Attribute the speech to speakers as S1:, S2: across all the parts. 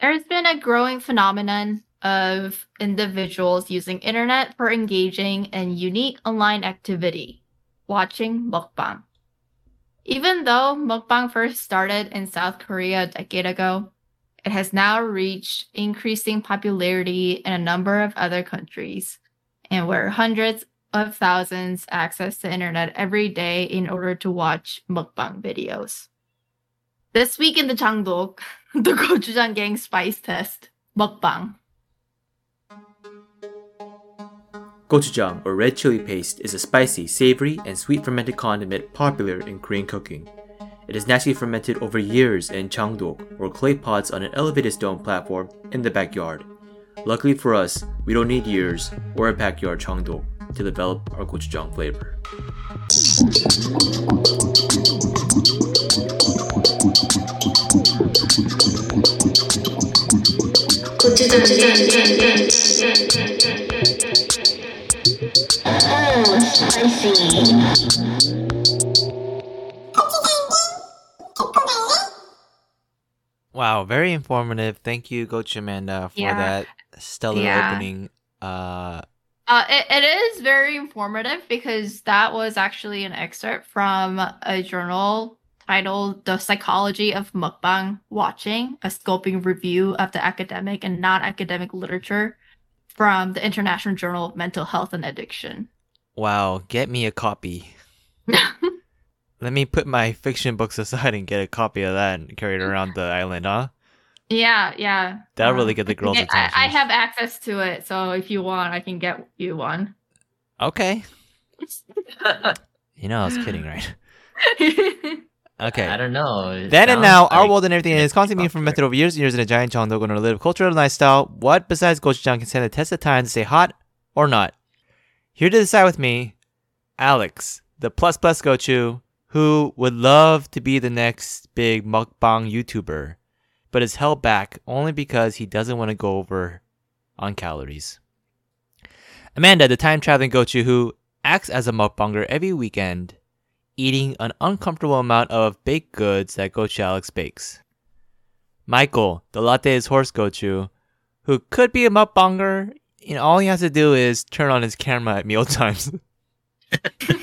S1: There's been a growing phenomenon of individuals using internet for engaging in unique online activity, watching mukbang. Even though mukbang first started in South Korea a decade ago, it has now reached increasing popularity in a number of other countries, and where hundreds of thousands access the internet every day in order to watch mukbang videos. This week in the Changdok, the gochujang gang spice test mukbang.
S2: Gochujang, or red chili paste, is a spicy, savory, and sweet fermented condiment popular in Korean cooking. It is naturally fermented over years in changdok, or clay pots on an elevated stone platform in the backyard. Luckily for us, we don't need years or a backyard changdok to develop our gochujang flavor.
S3: Mmm, spicy.
S2: Wow, very informative. Thank you, Gochu Amanda, for
S1: Yeah.
S2: that stellar
S1: Yeah.
S2: opening. Uh,
S1: Uh, it, it is very informative because that was actually an excerpt from a journal titled The Psychology of Mukbang Watching, a scoping review of the academic and non academic literature from the International Journal of Mental Health and Addiction.
S2: wow, get me a copy. Let me put my fiction books aside and get a copy of that and carry it around the island, huh?
S1: yeah, yeah.
S2: That'll
S1: Um,
S2: really get the girls'
S1: I,
S2: attention.
S1: I have access to it, so if you want, I can get you one.
S2: Okay. You know, I was kidding, right? Okay.
S4: I don't know. it
S2: Then and
S4: sounds
S2: now, our
S4: like-
S2: world and everything in it is constantly being
S4: popular.
S2: fermented over years and years in a giant chongdog and a live cultural lifestyle. What besides gochujang can stand the test of time to stay hot or not? Here to decide with me, Alex, the plus plus gochu, who would love to be the next big mukbang YouTuber, but is held back only because he doesn't want to go over on calories. Amanda, the time traveling gochu, who acts as a mukbanger every weekend eating an uncomfortable amount of baked goods that Gochu Alex bakes. Michael, the latte is horse Gochu, who could be a mukbanger, and all he has to do is turn on his camera at mealtimes.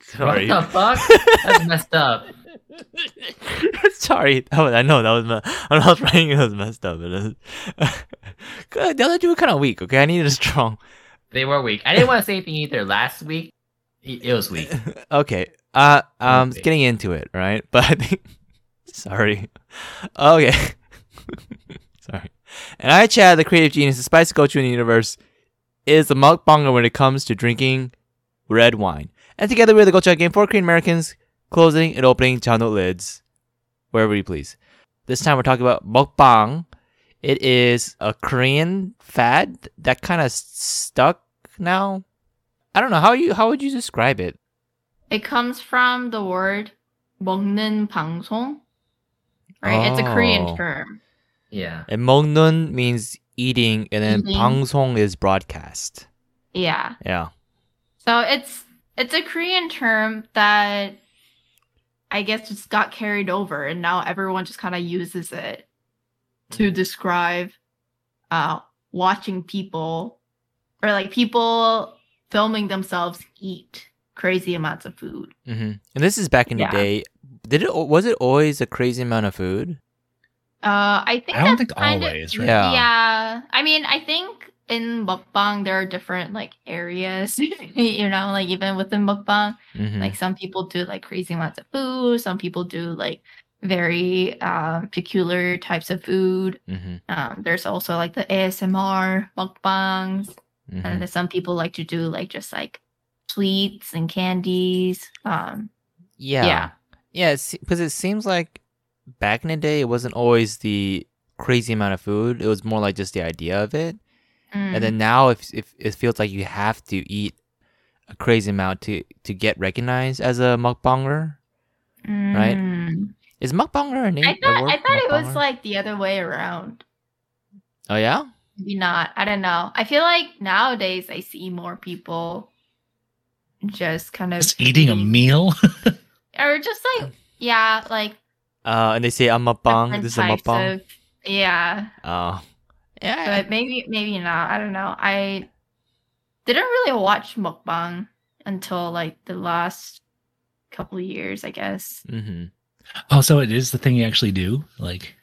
S2: Sorry.
S4: What the fuck? That's messed up.
S2: Sorry. Oh, I know that was me- when I was writing it was messed up. It is- Good. The other two were kind of weak. Okay, I needed a strong.
S4: They were weak. I didn't want to say anything either last week. It it was weak.
S2: Okay. Uh, um,
S4: Okay.
S2: getting into it, right? But I think, sorry. Okay. sorry. And I, Chad, the creative genius, the spice culture in the universe, is the mukbanger when it comes to drinking red wine. And together we're the Gocha Game for Korean Americans, closing and opening channel lids, wherever you please. This time we're talking about mukbang. It is a Korean fad that kind of stuck now. I don't know how you how would you describe it.
S1: It comes from the word 먹는 방송. Right? It's a
S2: Oh.
S1: Korean term.
S4: Yeah.
S2: And 먹는 means eating, and then
S1: Eating.
S2: 방송 is broadcast.
S1: Yeah.
S2: Yeah.
S1: So it's it's a Korean term that I guess just got carried over and now everyone just kind of uses it to describe uh watching people or like people filming themselves eat crazy amounts of food.
S2: hmm And this is back in
S1: Yeah.
S2: the day. Did it? Was it always a crazy amount of food?
S1: Uh, I think
S5: I don't
S1: that's
S5: think
S1: kind
S5: always,
S1: Of,
S2: right? Yeah.
S1: yeah. I mean, I think in mukbang there are different like areas. you know, like even within mukbang,
S2: hmm
S1: like some people do like crazy amounts of food. Some people do like very um, peculiar types of food.
S2: hmm
S1: Um, there's also like the ASMR mukbangs, and
S2: hmm
S1: then some people like to do like just like sweets and candies. Um,
S2: Yeah.
S1: yeah.
S2: Yeah. Because it seems like back in the day, it wasn't always the crazy amount of food. It was more like just the idea of it.
S1: Mm.
S2: And then now, if, if it feels like you have to eat a crazy amount to to get recognized as a mukbanger, right?
S1: Mm.
S2: is mukbanger a name?
S1: I
S2: a
S1: thought
S2: word?
S1: I thought it was
S2: Mukbanger?
S1: like the other way around.
S2: Oh yeah.
S1: Maybe not. I don't know. I feel like nowadays I see more people just kind of
S5: Just eating a meal.
S1: or just like yeah, like
S2: Uh, and they say I'm mukbang.
S6: different
S2: This is a
S6: types
S2: mukbang.
S6: of- yeah,
S2: Oh, yeah.
S6: but maybe maybe not. I don't know. I didn't really watch mukbang until like the last couple of years, I guess.
S2: Mm-hmm.
S7: Oh, so it is the thing you actually do? Like,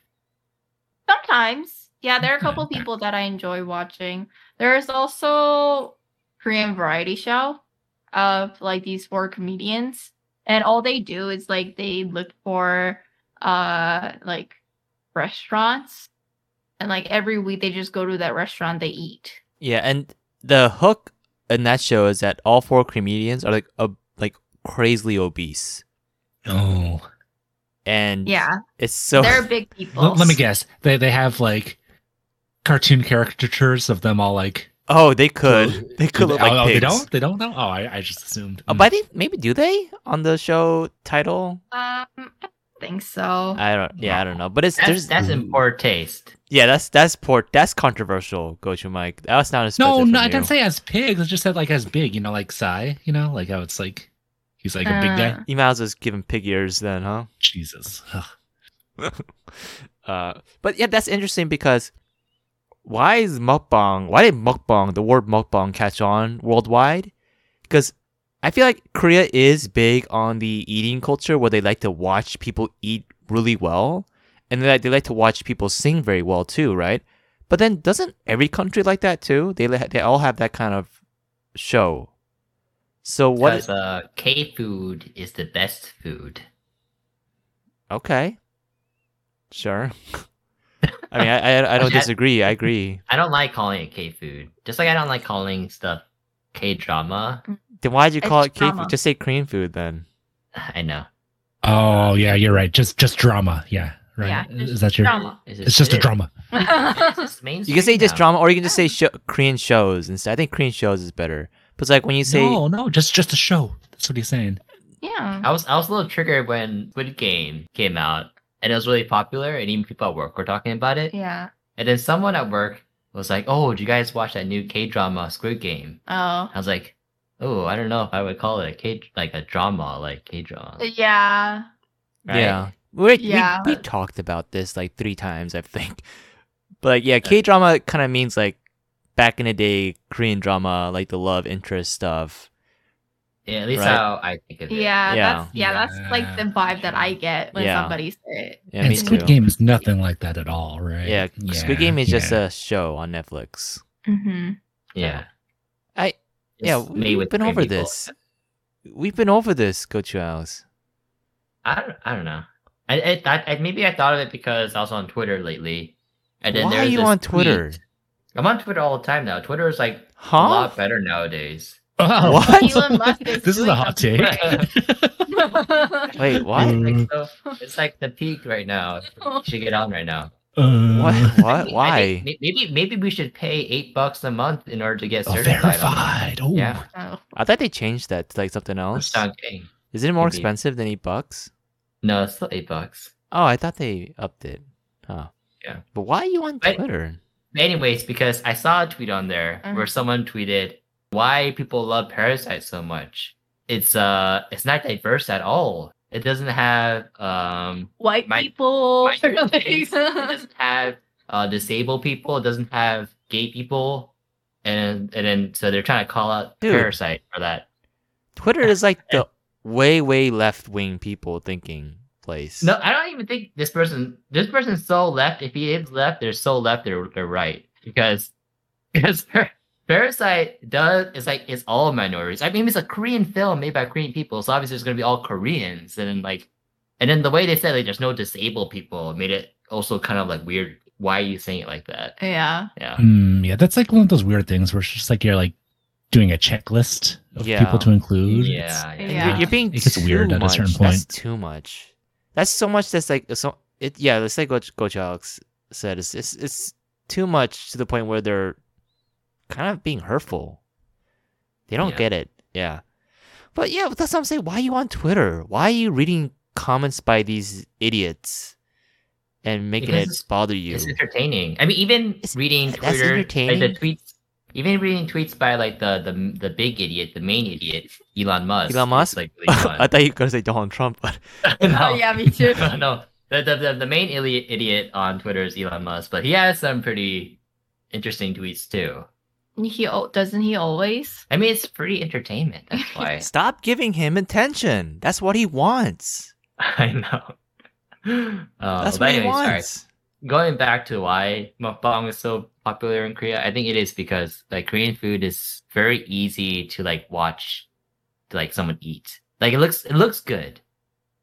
S6: Sometimes, yeah, there are a
S7: Okay,
S6: couple
S7: okay.
S6: people that I enjoy watching. There is also Korean variety show of like these four comedians, and all they do is like they look for uh like restaurants, and like every week they just go to that restaurant they eat.
S2: Yeah, and the hook in that show is that all four comedians are like ob- like crazily obese,
S7: oh,
S2: and
S6: Yeah,
S2: it's so
S6: they're big people.
S7: let, let me guess. They they have like cartoon caricatures of them all like.
S2: oh they could
S7: Well,
S2: they could look
S7: oh,
S2: like
S7: oh,
S2: pigs.
S7: they don't. They don't know. Oh, I, I just assumed.
S2: Oh,
S7: Mm.
S2: but I think maybe do they on the show title?
S6: Um, I don't think so.
S2: I don't. Yeah, I don't know. But it's
S4: That's,
S2: there's
S4: that's in poor taste.
S2: yeah that's that's poor that's controversial. Go to Mike. That was not expected.
S7: no,
S2: from
S7: no, I
S2: you.
S7: didn't say as pigs. I just said like as big. You know, like Psy. You know, like how it's like he's like a big guy.
S6: Uh,
S2: You might as well just give him pig ears then, huh?
S7: Jesus. Ugh.
S2: Uh, but yeah, that's interesting because why is mukbang? Why did mukbang the word mukbang catch on worldwide? Because I feel like Korea is big on the eating culture where they like to watch people eat really well, and they like, they like to watch people sing very well too, right? But then doesn't every country like that too? They li- they all have that kind of show. So what?
S4: Because uh, K food is the best food.
S2: Okay. Sure. I mean, I, I, I don't
S4: Okay.
S2: disagree. I agree.
S4: I don't like calling it K food. Just like I don't like calling stuff K drama.
S2: Then why'd you
S6: It's
S2: call it K
S6: drama.
S2: food? Just say Korean food then.
S4: I know.
S7: Oh yeah, you're right. Just just drama. Yeah, right.
S6: Uh, Yeah,
S7: is
S6: just
S7: that your?
S6: drama.
S4: It's
S7: It's just a drama.
S4: It's
S2: You
S4: just
S2: can say
S4: mainstream
S2: just
S4: now.
S2: drama, or you can just say sho- Korean shows instead. I think Korean shows is better. But it's like when you say
S7: no, no, just just a show. That's what he's saying.
S6: yeah.
S4: I was I was a little triggered when Squid Game came out and it was really popular and even people at work were talking about it.
S6: Yeah.
S4: And then someone at work was like, "Oh, did you guys watch that new K drama Squid Game?"
S6: Oh.
S4: I was like, "Oh, I don't know if I would call it a K like a drama like K drama."
S1: Uh,
S6: Yeah.
S2: yeah, We're,
S6: Yeah.
S2: We, we talked about this like three times, I think. But like, yeah, K drama kind of means like back in the day Korean drama, like the love interest stuff.
S4: Yeah, at least
S2: Right.
S4: how I think of it.
S6: Yeah,
S2: Yeah.
S6: that's yeah, that's like the
S7: Yeah.
S6: vibe that I get when
S2: Yeah.
S6: somebody says it.
S2: Yeah,
S7: and
S2: me
S7: Squid
S2: too.
S7: Game is nothing like that at all, right?
S2: Yeah, Squid Game is just a show on Netflix.
S6: Mm-hmm.
S4: yeah.
S2: I- yeah,
S4: It's made
S2: we've
S4: with
S2: been
S4: Korean
S2: over
S4: people.
S2: this. We've been over this, Gochu Alice.
S4: I don't, I don't know. I, I, I, I maybe I thought of it because I was on Twitter lately. And then
S2: Why
S4: there
S2: are
S4: was
S2: you
S4: this
S2: on Twitter?
S4: tweet- I'm on Twitter all the time now. Twitter is like
S2: Huh?
S4: a lot better nowadays.
S7: Oh,
S2: What?
S6: Elon Musk is
S7: this
S6: doing
S7: is a hot take. Mm.
S6: something
S2: Wait, what?
S4: Like, so it's like the peak right now. You
S6: Oh,
S4: should get on right now.
S7: Uh,
S2: What? What?
S4: I
S2: Why?
S4: think may- maybe maybe we should pay eight bucks a month in order to get
S7: Oh,
S4: certified.
S7: verified. Oh,
S4: Yeah.
S6: Oh.
S2: I thought they changed that to like something else.
S4: Okay.
S2: Is it more
S4: Maybe.
S2: expensive than eight bucks?
S4: No, it's still eight bucks.
S2: Oh, I thought they upped it. Huh.
S4: Yeah.
S2: But why are you on
S4: I-
S2: Twitter?
S4: But anyways, because I saw a tweet on there
S6: Mhm.
S4: where someone tweeted why people love Parasite so much. It's uh, it's not diverse at all. It doesn't have um,
S6: White
S4: My-
S6: people.
S4: my-
S6: sort of
S4: it
S6: things.
S4: doesn't have uh, disabled people. It doesn't have gay people, and and then so they're trying to call out
S2: Dude.
S4: Parasite for that.
S2: Twitter is like the way, way left wing people thinking place.
S4: No, I don't even think this person. This person's so left. If he is left, they're so left. They're they're right because because Par- Parasite does it's like it's all minorities. I mean, it's a Korean film made by Korean people, so obviously it's gonna be all Koreans. And then like, and then the way they said like there's no disabled people made it also kind of like weird. Why are you saying it like that?
S6: yeah.
S4: Yeah.
S7: Hmm, yeah, that's like one of those weird things where it's just like you're like doing a checklist of
S2: Yeah.
S7: people to include. It's-
S4: Yeah,
S6: Yeah.
S2: You're, you're being
S7: It gets
S2: too
S7: weird at a
S2: much.
S7: certain
S2: That's
S7: point.
S2: too much. That's so much. That's like so. It yeah. Let's say Goch Goch Alex said it's, it's it's too much to the point where they're kind of being hurtful. They don't
S4: Yeah.
S2: get it. Yeah. But yeah, but that's what I'm saying. Why are you on Twitter? Why are you reading comments by these idiots and making
S4: Because
S2: it
S4: it's-
S2: bother you?
S4: It's entertaining. I mean, even
S2: It's-
S4: reading
S2: that's
S4: Twitter, like the
S2: entertaining.
S4: tweets, even reading tweets by like the the the big idiot, the main idiot, Elon Musk.
S2: Elon
S4: is,
S2: Musk?
S4: like really
S2: I
S4: fun.
S2: thought you were gonna say Donald Trump, but
S4: no,
S6: Oh yeah, me too.
S4: no, the the, the, the main idiot, idiot on Twitter is Elon Musk, but he has some pretty interesting tweets too.
S1: He al- doesn't he always?
S4: I mean, it's free entertainment. That's why
S2: Stop giving him attention. That's what he wants.
S4: I know. Uh,
S2: That's
S4: but
S2: what he
S4: anyways, sorry.
S2: wants.
S4: going back to why mukbang is so popular in Korea, I think it is because like Korean food is very easy to like watch, to like someone eat. Like it looks, it looks good.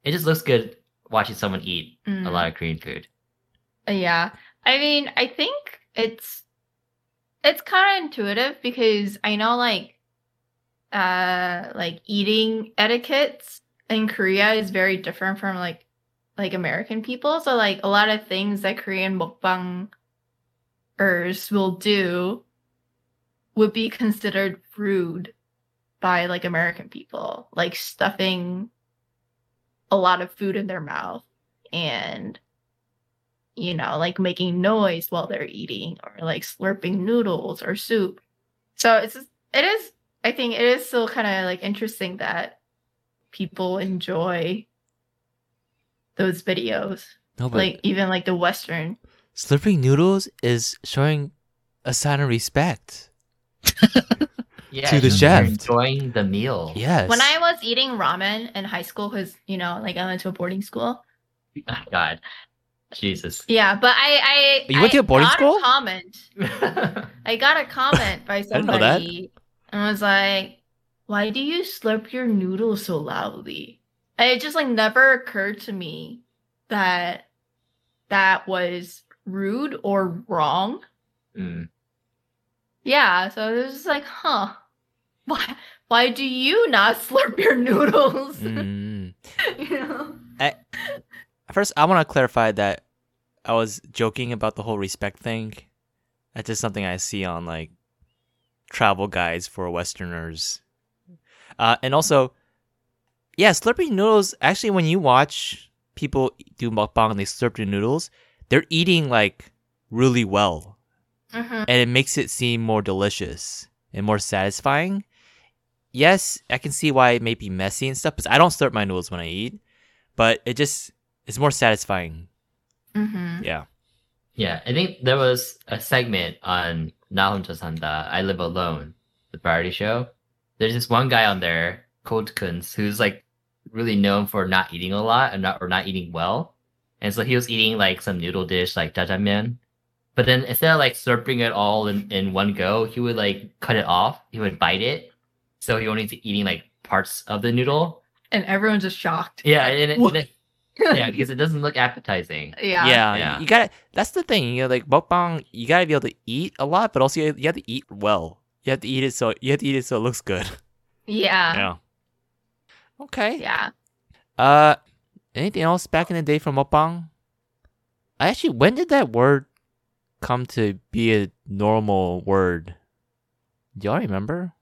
S4: It just looks good watching someone eat
S1: Mm.
S4: a lot of Korean food.
S1: Yeah. I mean, I think it's it's counterintuitive because I know like uh like eating etiquettes in Korea is very different from like like American people. So like a lot of things that Korean mukbangers will do would be considered rude by like American people, like stuffing a lot of food in their mouth and you know, like making noise while they're eating or like slurping noodles or soup. So it's just, it is I think it is still kind of like interesting that people enjoy those videos.
S2: No, but
S1: Like even like the western.
S2: slurping noodles is showing a sign of respect.
S4: Yeah,
S2: To the
S4: just you're
S2: chef.
S4: enjoying the meal.
S2: Yes.
S1: When I was eating ramen in high school cuz you know, like I went to a boarding school.
S4: Oh, God, Jesus.
S1: Yeah, but I I
S2: You went
S1: I
S2: to a boarding
S1: got
S2: school?
S1: comment. I got a comment by
S2: didn't know that.
S1: somebody and was like, Why do you slurp your noodles so loudly? And it just like never occurred to me that that was rude or wrong.
S4: Mm.
S1: Yeah, so it was just like, huh. Why why do you not slurp your noodles?
S2: Mm.
S1: you know?
S2: First, I want to clarify that I was joking about the whole respect thing. That's just something I see on like travel guides for Westerners. Uh, and also, yeah, slurping noodles. Actually, when you watch people do mukbang and they slurp their noodles, they're eating like really well.
S1: Mhm.
S2: and it makes it seem more delicious and more satisfying. Yes, I can see why it may be messy and stuff, because I don't slurp my noodles when I eat, but it just it's more satisfying.
S1: Mhm.
S2: Yeah.
S4: Yeah, I think there was a segment on Nahonjo Sanda, I Live Alone, the variety show. There's this one guy on there, Cold Kunz, who's like really known for not eating a lot and not or not eating well. And so he was eating like some noodle dish like jajangmyeon. But then instead of like slurping it all in, in one go, he would like cut it off. He would bite it. So he only eating like parts of the noodle.
S1: And everyone's just shocked.
S4: Yeah, and, it- and
S7: What?
S4: it- yeah, because it doesn't look appetizing.
S1: yeah.
S2: yeah,
S4: Yeah.
S2: You gotta. That's the thing. You know, like mukbang, you gotta be able to eat a lot, but also you, you have to eat well. You have to eat it so you have to eat it so it looks good.
S1: Yeah.
S2: Yeah. Okay.
S1: Yeah.
S2: Uh, anything else back in the day from mukbang? I actually, when did that word come to be a normal word? Do y'all remember?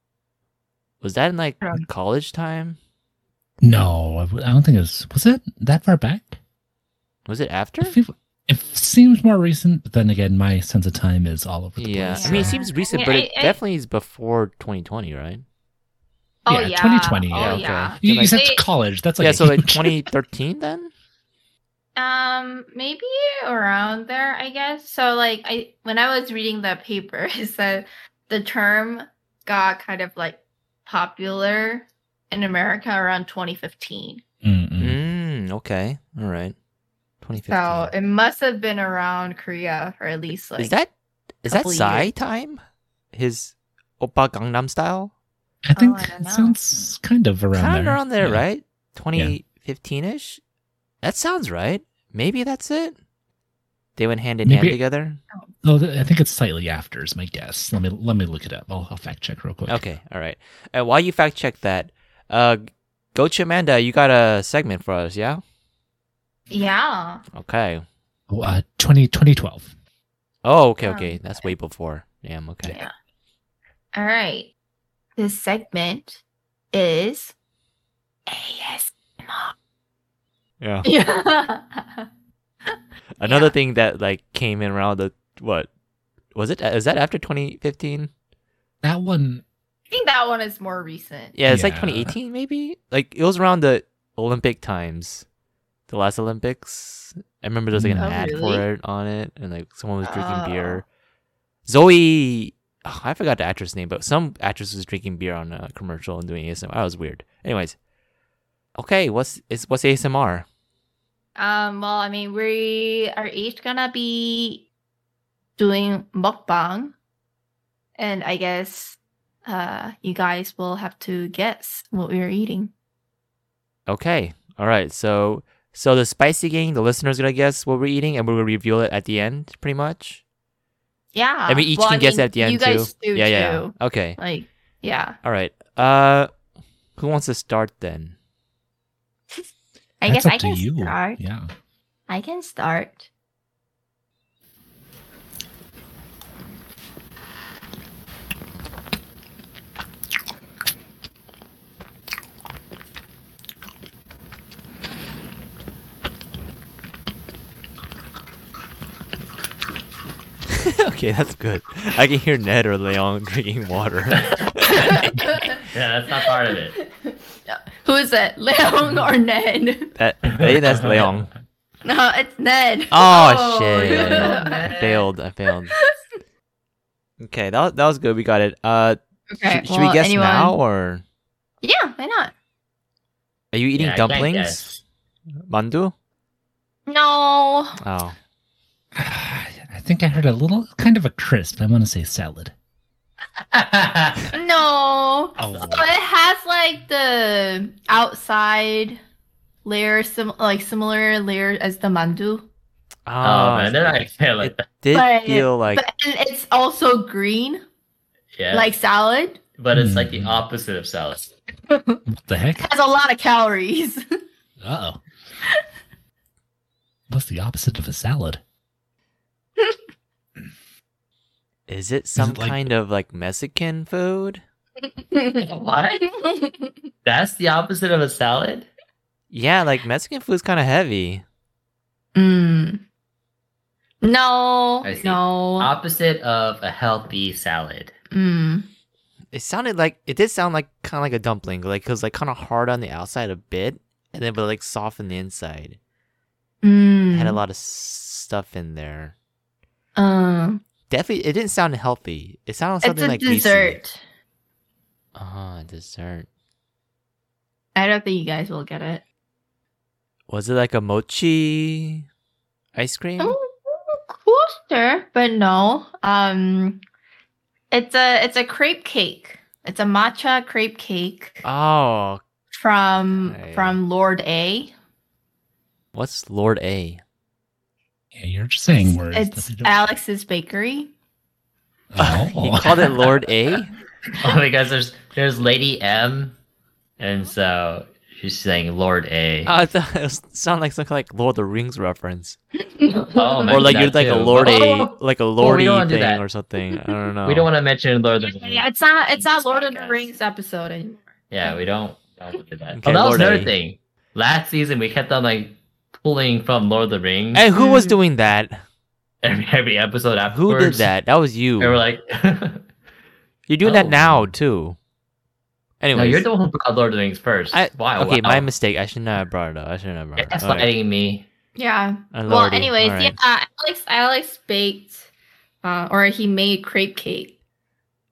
S2: Was that in like
S1: I don't-
S2: college time?
S7: No, I w- I don't think it was. Was it that far back?
S2: Was it after?
S7: It, feel- it seems more recent, but then again, my sense of time is all over the
S2: Yeah,
S7: place.
S2: I mean, it
S1: Yeah.
S2: seems
S1: I
S2: recent,
S1: mean,
S2: but it
S1: I- I-
S2: definitely is before 2020, right?
S1: Oh
S7: Yeah,
S1: yeah.
S7: 2020,
S1: Oh
S7: yeah,
S2: okay.
S1: yeah.
S7: You,
S2: So,
S7: you said
S1: like-
S7: college. That's like
S2: yeah,
S7: a
S2: so like
S7: huge-
S2: 2013 then?
S1: Um, maybe around there, I guess. So like I when I was reading the paper, it said the term got kind of like popular in America around 2015.
S7: Mm-mm.
S2: Mm, okay. All right. 2015.
S1: So it must have been around Korea for at least like
S2: is that is that
S1: couple
S2: Psy
S1: years.
S2: time? His Oppa Gangnam style?
S7: I think
S1: Oh, I don't
S7: it
S1: know.
S7: sounds kind of around
S2: kind of
S7: there.
S2: around there,
S7: Yeah.
S2: right? 2015 ish. That sounds right. Maybe that's it. They went hand in hand
S7: Maybe-
S2: together.
S7: Though Oh, th- I think it's slightly after is my guess. Let me let me look it up. I'll, I'll fact check real quick.
S2: Okay, all right. And while you fact check that, uh, Gochi Amanda, you got a segment for us, yeah?
S1: yeah.
S2: Okay.
S7: Oh, uh, 20, 2012.
S2: Oh, okay,
S1: Um,
S2: okay. That's way before. Damn. Okay.
S1: Yeah. All right. This segment is ASMR.
S2: Yeah.
S1: Yeah.
S2: Another
S1: Yeah.
S2: thing that like came in around the what was it? Is that after 2015?
S7: That one,
S1: I think that one is more recent.
S2: Yeah, it's like
S7: Yeah.
S2: 2018 maybe. Like it was around the Olympic times. the last Olympics. I remember there was like an
S7: Oh,
S2: ad
S1: really?
S2: for it on it, and like someone was drinking
S1: Oh.
S2: beer. Zoe, oh, I forgot the actress name, but some actress was drinking beer on a commercial and doing ASMR. That was weird. Anyways, okay, what's is what's ASMR?
S1: Um, well, I mean, we are each gonna be doing mukbang, and I guess uh, you guys will have to guess what we are eating.
S2: Okay, all right. So so the spicy gang, the listeners gonna guess what we're eating, and we'll reveal it at the end, pretty much.
S1: Yeah,
S2: and we each
S1: Uh, Well, I
S2: can guess
S1: mean,
S2: at the end
S1: You guys
S2: too.
S1: do
S2: yeah, yeah.
S1: too.
S2: Okay.
S1: Like, yeah,
S2: All right. Uh, who wants to start then?
S1: I
S7: That's
S1: guess
S7: up
S1: I
S7: to
S1: can
S7: you.
S1: start.
S7: Yeah.
S1: I can start.
S2: okay, that's good. I can hear Ned or Leon drinking water.
S4: Yeah, that's not part of it.
S1: Who is it, Leon or Ned?
S2: that I think that's Leon.
S1: No, it's Ned.
S2: Oh, shit!
S1: no.
S2: I failed. I failed. Okay, that that was good. We got it. Uh,
S1: Okay,
S2: should, should
S1: well,
S2: we guess
S1: anyone-
S2: now or
S1: Yeah, why not?
S2: are you eating
S4: Yeah, I can't
S2: dumplings?
S4: guess.
S2: Mandu?
S1: No.
S2: Oh,
S7: I think I heard a little kind of a crisp. I want to say salad.
S4: Oh,
S1: No.
S7: Oh.
S1: So it has like the outside layer, sim- like similar layer as the mandu,
S4: oh man, they're not gonna say it like
S2: it
S4: that.
S2: Ah, did
S1: But-
S2: feel like
S1: but and it's also green,
S4: Yeah,
S1: like salad.
S4: but it's like the
S7: Hmm.
S4: opposite of salad.
S7: What the heck?
S1: Has a lot of calories.
S7: Uh oh. What's the opposite of a salad?
S2: is it some
S7: like-
S2: kind of like Mexican food?
S4: What? That's the opposite of a salad.
S2: Yeah, like Mexican food's kind of heavy.
S1: mm. No.
S4: I see.
S2: Ah.
S1: No.
S4: Opposite of a healthy salad.
S1: Mm.
S2: It sounded like it did sound like kind of like a dumpling, like it was like kind of hard on the outside a bit, and then but like soft on the inside. It had a
S4: Mm-hmm.
S1: Mm.
S2: lot of s- stuff in there.
S1: Um,
S2: Definitely, it didn't sound healthy. It sounded
S1: it's
S2: something
S1: a
S2: like
S1: dessert.
S2: Uh huh. Dessert.
S1: I don't think you guys will get it.
S2: Was it like a mochi ice cream?
S4: Oh.
S1: Mm, Closer, but no. Um, it's a it's a crepe cake. It's a matcha crepe cake
S2: Oh,
S1: from
S2: Okay.
S1: from Lord A.
S2: what's Lord A?
S7: Yeah, you're just saying words.
S1: It's
S7: that they don't-
S1: Alex's Bakery.
S2: he
S7: oh.
S2: called it Lord A.
S4: Oh, because there's there's Lady M, and so she's saying Lord A.
S2: I thought it was- sounded like some kind of like Lord of the Rings reference,
S4: Oh,
S2: or like you're
S4: that
S2: like a
S4: too.
S2: Lord A,
S4: Oh!
S2: like a Lordy
S4: don't wanna do
S2: thing
S4: that.
S2: or something. I don't know.
S4: We don't want to mention Lord of the Rings.
S1: Yeah, it's not it's not Lord of the Rings episode anymore.
S4: Yeah, we don't. don't look at that.
S2: Okay,
S4: oh, that was
S2: Lord
S4: another
S2: A.
S4: thing. Last season, we kept on like pulling from Lord of the Rings
S2: And who was
S1: Mm.
S2: doing that?
S4: every, every episode
S2: Who
S4: afterwards.
S2: did that? That was you.
S4: We were like,
S2: You're doing that
S4: Oh.
S2: now too.
S4: no,
S2: Anyways,
S4: you're the one who brought Lord of the Rings first.
S2: I-
S4: wow.
S2: okay,
S4: wow.
S2: my mistake. I should not have brought it up. I should not have brought
S4: You're
S2: it up. All right.
S4: gaslighting me.
S1: Yeah.
S2: Uh,
S1: Well,
S2: Lordy.
S1: anyways,
S2: All
S1: yeah.
S2: right.
S1: Alex Alex baked, uh, or he made crepe cake.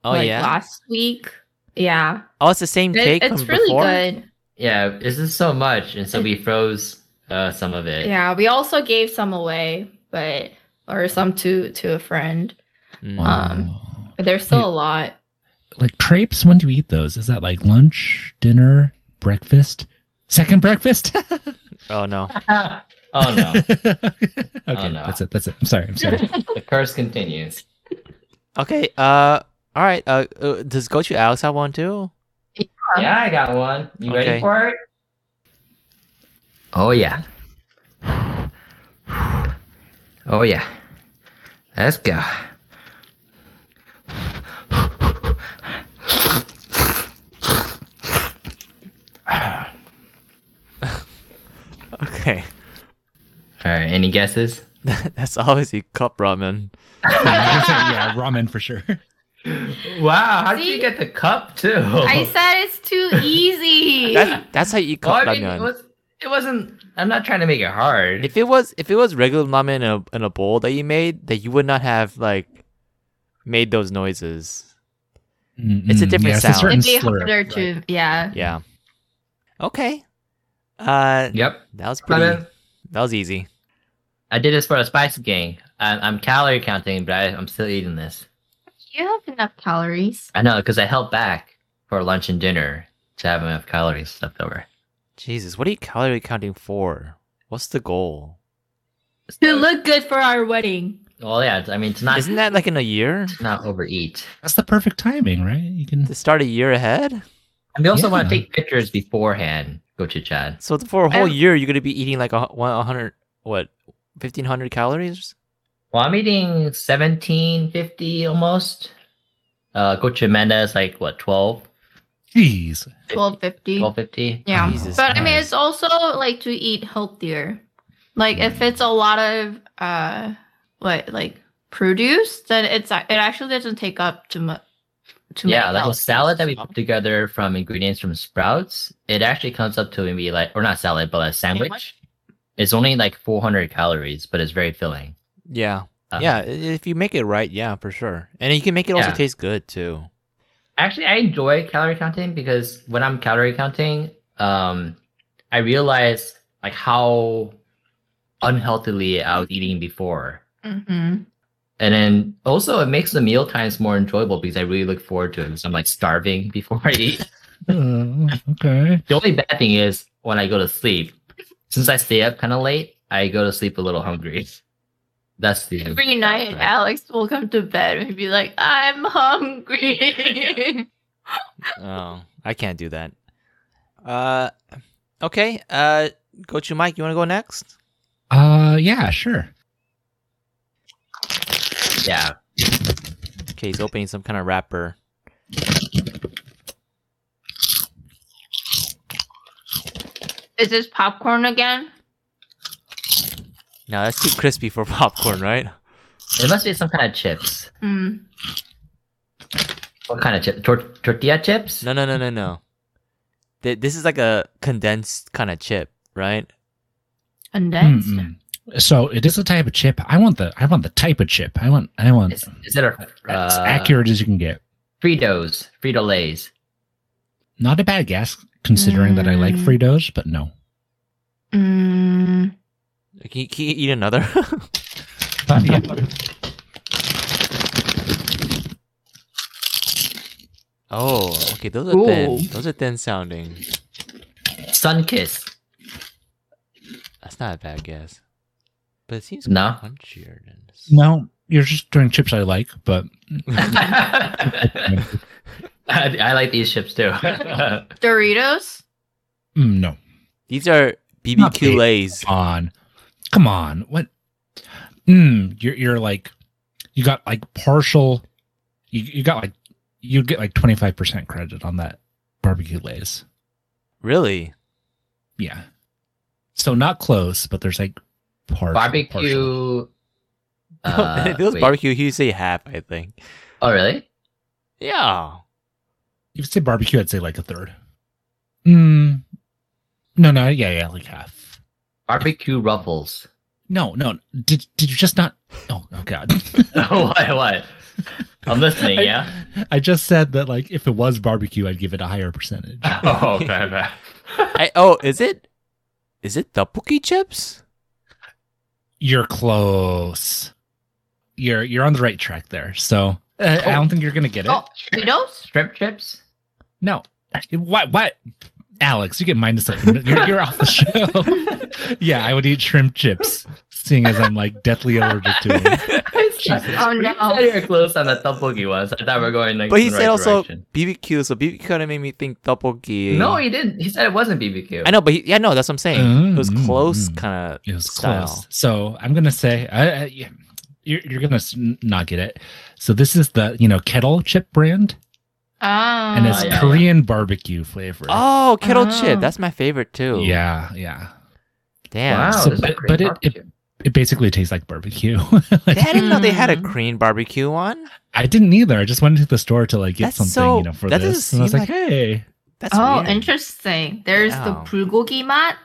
S2: Oh
S1: like,
S2: yeah.
S1: Last week. Yeah.
S2: Oh, it's the same
S1: It-
S2: cake
S1: it's
S2: from
S1: really
S2: before.
S1: good.
S4: Yeah, this is so much, and so we froze uh, some of it.
S1: Yeah, we also gave some away, but or some to to a friend.
S2: Mm.
S1: Um, But there's still a lot.
S7: Oh. like crepes, when do you eat those? Is that like lunch, dinner, breakfast? Second breakfast?
S2: Oh no.
S4: oh no,
S7: okay,
S4: no.
S7: that's it. That's it. I'm sorry. I'm sorry.
S4: the curse continues.
S2: Okay. Uh. All right. Uh. uh does Gochu Alex have one too?
S4: Yeah, I got one. You
S2: Okay.
S4: ready for it? Oh yeah. Oh yeah. Let's go.
S2: Okay.
S4: All right. Any guesses?
S2: That's obviously cup ramen.
S7: yeah, ramen for sure.
S4: Wow, how did
S1: See?
S4: you get the cup too?
S1: I said it's too easy.
S2: Uh-huh. That's that's how you eat
S4: Well,
S2: cup
S4: I mean, it
S2: ramen.
S4: was- It wasn't. I'm not trying to make it hard.
S2: If it was if it was regular ramen in a in a bowl that you made, that you would not have like made those noises. It's a
S7: Mm,
S2: different
S7: yeah,
S2: sound.
S7: It's a certain
S6: It'd be
S7: slur,
S6: harder
S7: right.
S6: to, yeah.
S2: Yeah. Okay. Uh
S4: Yep.
S2: that was
S4: But
S2: pretty
S4: then
S2: that was easy.
S4: I did this for a spice gang. I'm, I'm calorie counting, but I, I'm still eating this.
S6: You have enough calories.
S4: I know because I held back for lunch and dinner to have enough calories left over.
S2: Jesus, what are you calorie counting for? What's the goal?
S6: To look good for our wedding.
S4: Well, yeah. I mean, to not
S2: Isn't that like in a year?
S4: to not overeat.
S7: That's the perfect timing, right? You can.
S2: To start a year ahead?
S4: And we also want
S7: Yeah.
S4: to take pictures beforehand. Go to Chad.
S2: So for a whole
S6: I-
S2: year you're gonna be eating like a hu- one- a hundred what, fifteen hundred calories?
S4: Well, I'm eating 1750 almost. Uh, Coach Amanda is like what 12,
S7: Jeez.
S6: 1250.
S4: 1250.
S6: Yeah.
S2: Jesus
S6: but I mean,
S2: Christ.
S6: it's also like to eat healthier. Like if
S2: Mm.
S6: it's a lot of uh, what like produce, then it's it actually doesn't take up too much. Too
S4: Yeah,
S6: many
S4: like a
S6: calories.
S4: salad that we put together from ingredients from Sprouts, it actually comes up to maybe like, or not salad, but a sandwich. It's only like 400 calories, but it's very filling.
S2: Yeah.
S4: Uh,
S2: yeah. i- If you make it right, yeah, for sure. And you can make it also
S4: Yeah.
S2: taste good too.
S4: Actually, I enjoy calorie counting because when I'm calorie counting, um, I realize like how unhealthily I was eating before.
S6: Mhm.
S4: And then also it makes the meal times more enjoyable because I really look forward to it because I'm like starving before I eat.
S7: Uh, okay.
S4: the only bad thing is when I go to sleep, since I stay up kind of late, I go to sleep a little hungry. That's the
S6: Every night, Alex will come to bed and be like, "I'm hungry."
S2: Oh, I can't do that. Uh, okay. Uh, go to Mike. You want to go next?
S7: Uh, yeah, sure.
S4: yeah.
S2: Okay, he's opening some kind of wrapper.
S6: Is this popcorn again?
S2: No, that's too crispy for popcorn, right?
S4: It must be some kind of chips.
S6: Hmm.
S4: What kind of chip? Tor- tortilla chips?
S2: No, no, no, no, no. Th- this is like a condensed kind of chip, right?
S6: Condensed.
S7: Mm-mm. So it is a type of chip. I want the I want the type of chip. I want I want
S4: Is, is it a
S7: as
S4: uh,
S7: accurate as you can get.
S4: Fritos, Frito Lays?
S7: Not a bad guess considering that I like
S6: Mm.
S7: Fritos, but no.
S6: Mm.
S2: Can you, can you eat another?
S7: But yeah,
S2: oh, okay. Those are
S6: Ooh.
S2: thin. Those are thin sounding.
S4: Sunkiss.
S2: That's not a bad guess. But it seems
S4: No.
S2: crunchier than this.
S7: no, you're just doing chips I like, but
S4: I, I like these chips too.
S6: Doritos.
S7: mm, no.
S2: These are
S7: Not
S2: BBQ
S7: big.
S2: lays.
S7: Come on. Come on. What? Mm, you're you're like you got like partial you you got like you get like 25% credit on that barbecue lays.
S2: Really?
S7: Yeah. So not close, but there's like partial partial.
S4: barbecue. Uh,
S2: Oh, Those
S4: wait.
S2: barbecue, you say half, I think.
S4: Oh, really?
S2: Yeah.
S7: If you say barbecue, I'd say like a third. Mm. No, no, yeah, yeah, like half.
S4: Barbecue ruffles.
S7: No, no. Did did you just not? Oh, oh God.
S4: what? What? I'm listening. Yeah.
S7: I just said that like if it was barbecue, I'd give it a higher percentage.
S4: oh, okay, okay.
S2: I, oh, is it? Is it tteokbokki chips?
S7: You're close. You're you're on the right track there. So uh, I don't think you're gonna get it.
S6: Oh, Doritos.
S4: Shrimp chips.
S7: No. What what? Alex, you get minus a you're, you're off the show. yeah, I would eat shrimp chips, seeing as I'm like deathly allergic to them.
S6: Oh
S4: You
S6: no.
S4: said you were close on the tteokbokki ones. I thought we were going like.
S2: But he
S4: the
S2: said
S4: right
S2: also
S4: direction.
S2: BBQ, so BBQ kind of made me think tteokbokki.
S4: No, he didn't. He said it wasn't BBQ.
S2: I know, but he, yeah, no, that's what I'm saying. it was
S7: Mm,
S2: close,
S7: mm.
S2: kind of.
S7: It was
S2: style.
S7: close. So I'm gonna say, I, I, yeah, you're, you're gonna s- not get it. So this is the you know kettle chip brand,
S6: Oh.
S7: and it's
S4: yeah, yeah.
S7: Korean barbecue flavor.
S2: Oh, kettle
S6: Oh.
S2: chip, that's my favorite too.
S7: yeah, yeah.
S2: damn.
S7: So,
S4: this is a
S7: but-
S4: great
S7: but it- it-
S4: barbecue.
S7: It basically tastes like barbecue.
S2: They- I didn't know they had a
S6: Mm.
S2: Korean barbecue one.
S7: I didn't either. I just went into the store to like get
S2: That's
S7: something,
S2: so-
S7: you know, for
S2: that doesn't
S7: this, and I was
S2: seem
S7: like, hey,
S2: That's
S6: oh,
S2: weird.
S6: interesting. There's the
S2: Yeah.
S6: bulgogi mat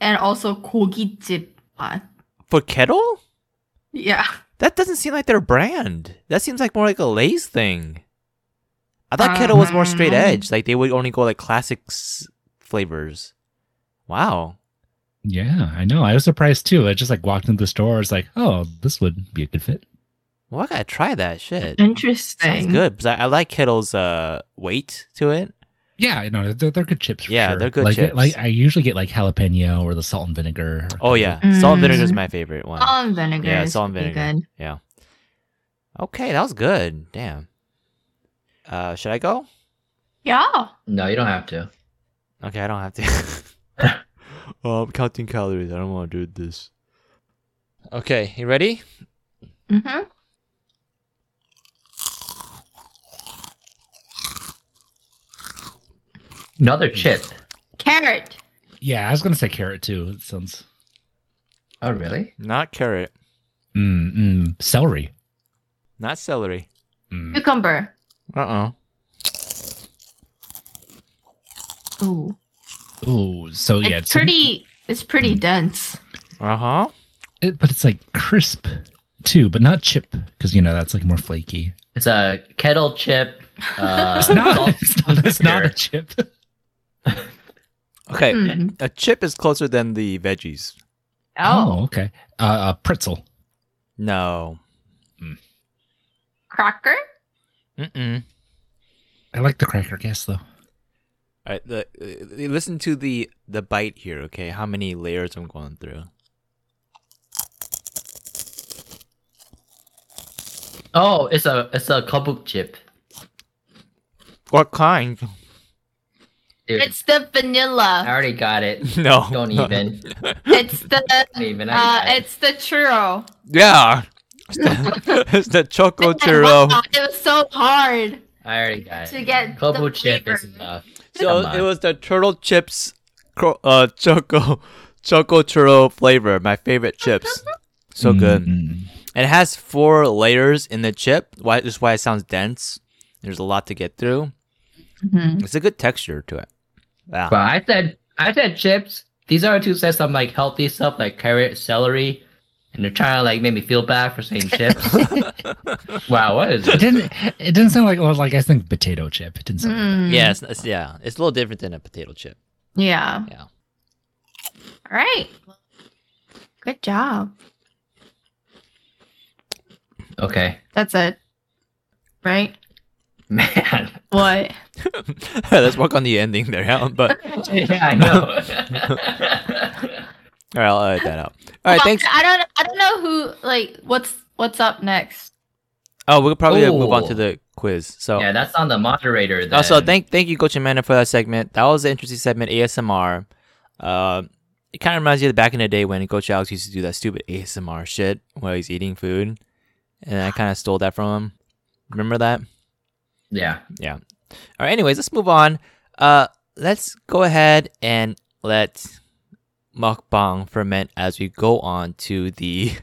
S6: and also Kogi Jippan.
S2: For Kettle?
S6: Yeah.
S2: That doesn't seem like their brand. That seems like more like a Lay's thing. I thought Kettle was more straight
S6: Um.
S2: edge. Like they would only go like classics flavors. Wow.
S7: Yeah, I know. I was surprised too. I just like walked into the store. It's like, oh, this would be a good fit.
S2: Well, I gotta try that shit.
S6: Interesting.
S2: Sounds good. 'cause I, I like Kettle's uh, weight to it.
S7: Yeah, I know. They're, they're good chips. For
S2: Yeah,
S7: sure.
S2: they're good
S7: like,
S2: chips.
S7: Like I usually get like jalapeno or the salt and vinegar.
S2: Oh yeah, salt and vinegar is
S6: Mm.
S2: my favorite one.
S6: Salt and vinegar.
S2: Yeah,
S6: is
S2: salt and
S6: pretty
S2: vinegar.
S6: Good.
S2: Yeah. Okay, that was good. Damn. Uh, should I go?
S6: Yeah.
S4: No, you don't have to.
S2: Okay, I don't have to. oh, I'm counting calories. I don't want to do this. Okay, you ready?
S6: Mm-hmm.
S4: Another chip.
S6: Carrot.
S7: Yeah, I was gonna say carrot too. It sounds
S4: Oh, really?
S2: Not carrot,
S7: mm, mm, celery.
S2: not celery.
S7: Mm.
S6: Cucumber.
S2: Uh uh
S6: Ooh.
S7: Ooh, so Oh, yeah,
S6: it's pretty it's pretty dense.
S2: Uh huh.
S7: it, but it's like crisp too, but not chip because you know that's like more flaky.
S4: It's a kettle chip. Uh,
S7: It's not.
S4: salt-
S7: It's not, it's not a
S4: vinegar.
S7: chip.
S2: Okay,
S6: Hmm.
S2: a chip is closer than the veggies.
S6: Oh.
S7: okay. Uh, a pretzel.
S2: No.
S6: Cracker?
S2: Mm mm.
S7: I like the cracker guess though.
S2: All right, the, uh, listen to the the bite here, okay? How many layers I'm going through?
S4: oh, it's a it's a kabuk chip.
S2: What kind?
S4: Dude,
S6: It's uh, the
S4: I
S6: vanilla.
S4: already got it.
S2: No.
S4: Don't even.
S6: It's the
S4: Don't even.
S6: uh
S4: I- I-
S6: it's the churro.
S2: Yeah. It's the, it's the choco churro.
S6: It was so hard
S4: I already got
S6: to
S4: it.
S6: get
S4: Kobo
S6: the
S4: chip
S6: flavor.
S4: is enough.
S2: So
S4: Come on.
S2: it was the turtle chips, cro- uh, choco, choco churro flavor. My favorite chips. So good.
S7: Mm,
S2: It has four layers in the chip. Why? Just why it sounds dense. There's a lot to get through.
S6: Mhm.
S2: It's a good texture to it. Yeah.
S4: But I said I said chips. These are two sets of like healthy stuff like carrot, celery, and they're trying to like make me feel bad for saying chips. wow, what is this?
S7: It didn't. It didn't sound like well, like I think potato chip. It didn't sound. like
S6: Mm.
S2: Yeah. It's, it's- yeah. It's a little different than a potato chip.
S6: Yeah.
S2: Yeah.
S6: All right. Good job.
S4: Okay,
S6: That's it. Right?
S4: man.
S6: What?
S2: Let's work on the ending there. huh? But
S4: yeah, I know.
S2: all right, I'll edit that out. All right.
S6: Well,
S2: Thanks.
S6: I don't I don't know who like what's what's up next.
S2: Oh, we'll probably move on
S4: Ooh.
S2: to the quiz. So
S4: yeah, that's on the moderator. Then.
S2: Also, thank thank you, Coach Amanda, for that segment. That was an interesting segment, ASMR. Uh, it kind of reminds you of back in the day when Coach Alex used to do that stupid ASMR shit while he's eating food, and I kind of stole that from him. Remember that?
S4: Yeah,
S2: All right. Anyways, let's move on. Uh, let's go ahead and let mukbang ferment as we go on to the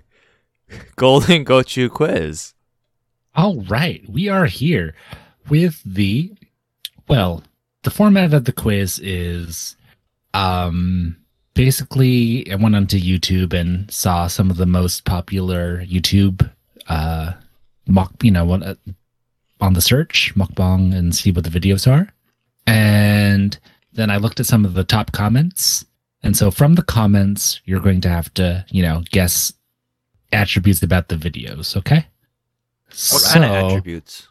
S2: Golden Gochu quiz.
S7: All right, we are here with the well, the format of the quiz is um basically I went onto YouTube and saw some of the most popular YouTube uh mock, you know, what uh, on the search, mukbang and see what the videos are. And then I looked at some of the top comments. And so from the comments, you're going to have to, you know, guess attributes about the videos, okay?
S2: What kind of attributes?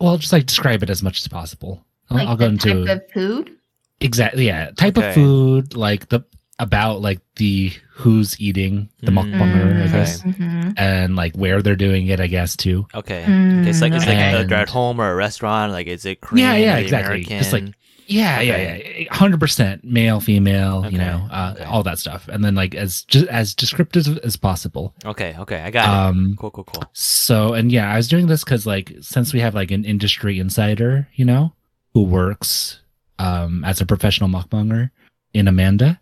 S7: Well, just like describe it as much as possible. I'll,
S6: Like
S7: I'll go
S6: the
S7: into
S6: type of food?
S7: exactly yeah type
S2: Okay.
S7: of food like the about like the who's eating the
S2: Mm,
S7: mukbanger I
S2: okay.
S7: guess
S6: Mm-hmm.
S7: and like where they're doing it I guess too.
S2: Okay.
S6: Mm,
S2: It's like it's like
S7: okay.
S2: uh, they're at home or a restaurant. Like, is it Korean?
S7: Yeah, yeah,
S2: Are they
S7: exactly. Just like-
S2: American?
S7: Uh, Yeah, yeah, yeah, hundred percent male, female,
S2: Okay.
S7: you know, uh,
S2: Okay.
S7: all that stuff, and then like as just as descriptive as possible.
S2: okay, okay, I got it.
S7: Um,
S2: Cool, cool, cool.
S7: So, and yeah, I was doing this because, like, since we have like an industry insider, you know, who works um, as a professional mockmonger in Amanda.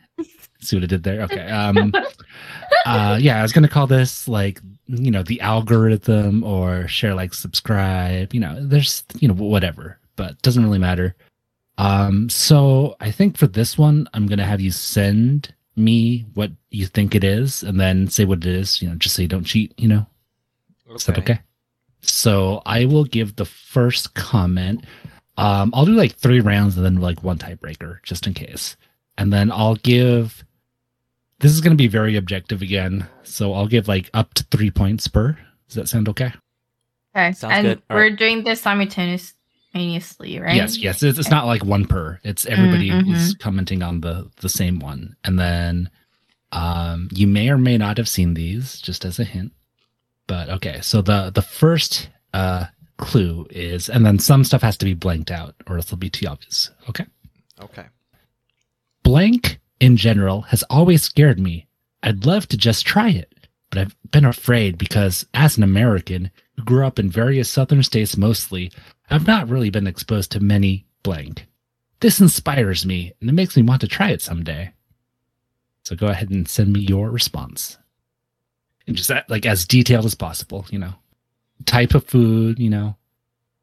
S7: See what I did there? Okay. Um, uh, yeah, I was going to call this like, you know, the algorithm or share, like, subscribe, you know, there's, you know, whatever, but it doesn't really matter. Um, so I think for this one, I'm gonna have you send me what you think it is, and then say what it is. You know, just so you don't cheat. You know, is that okay? So I will give the first comment. Um, I'll do like three rounds and then like one tiebreaker just in case. And then I'll give this is gonna be very objective again. So I'll give like up to three points per. Does that sound okay?
S1: Okay.
S2: Sounds
S1: and
S2: good. All
S1: we're doing this simultaneously, right?
S7: Yes, yes. It's, it's not like one per. It's everybody
S1: Mm,
S7: is commenting on the the same one. And then um you may or may not have seen these just as a hint. But okay, so the the first uh clue is and then some stuff has to be blanked out or else it'll be too obvious. Okay.
S2: Okay.
S7: Blank in general has always scared me. I'd love to just try it, but I've been afraid because as an American who grew up in various southern states mostly, I've not really been exposed to many blank. This inspires me and it makes me want to try it someday. So go ahead and send me your response. And just that, like as detailed as possible, you know. Type of food, you know.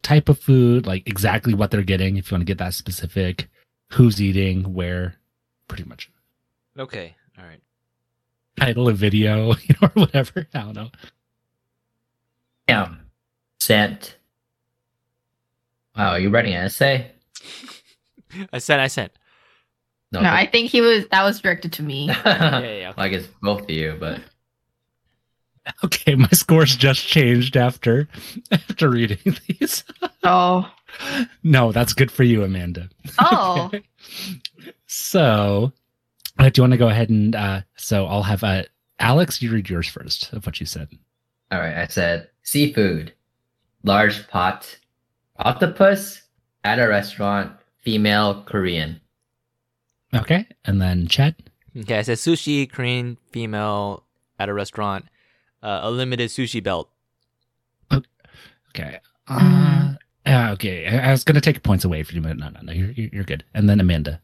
S7: Type of food, like exactly what they're getting if you want to get that specific. Who's eating, where, pretty much
S2: Okay. All right.
S7: title of video you know, or whatever. I don't know.
S4: Damn. Sent. Wow, are you writing an essay?
S2: I sent. I sent.
S1: No, I think he was that was directed to me.
S7: Uh-huh.
S2: Yeah,
S4: I...
S2: yeah. yeah.
S4: well, I guess both of you, but
S7: Okay, my scores just changed after after reading these.
S1: Oh.
S7: No, that's good for you, Amanda.
S1: Oh.
S7: Okay. So, uh, do you want to go ahead and uh so I'll have uh Alex, you read yours first of what you said.
S4: all right. I said seafood, large pot, octopus at a restaurant, female Korean.
S7: Okay. And then Chad.
S2: Okay. I said sushi, Korean female at a restaurant, uh, a limited sushi belt.
S7: Okay. Uh,
S1: Mm.
S7: uh, okay. I, I was gonna take points away from you, but no, no, no. You're you're you're good. And then Amanda.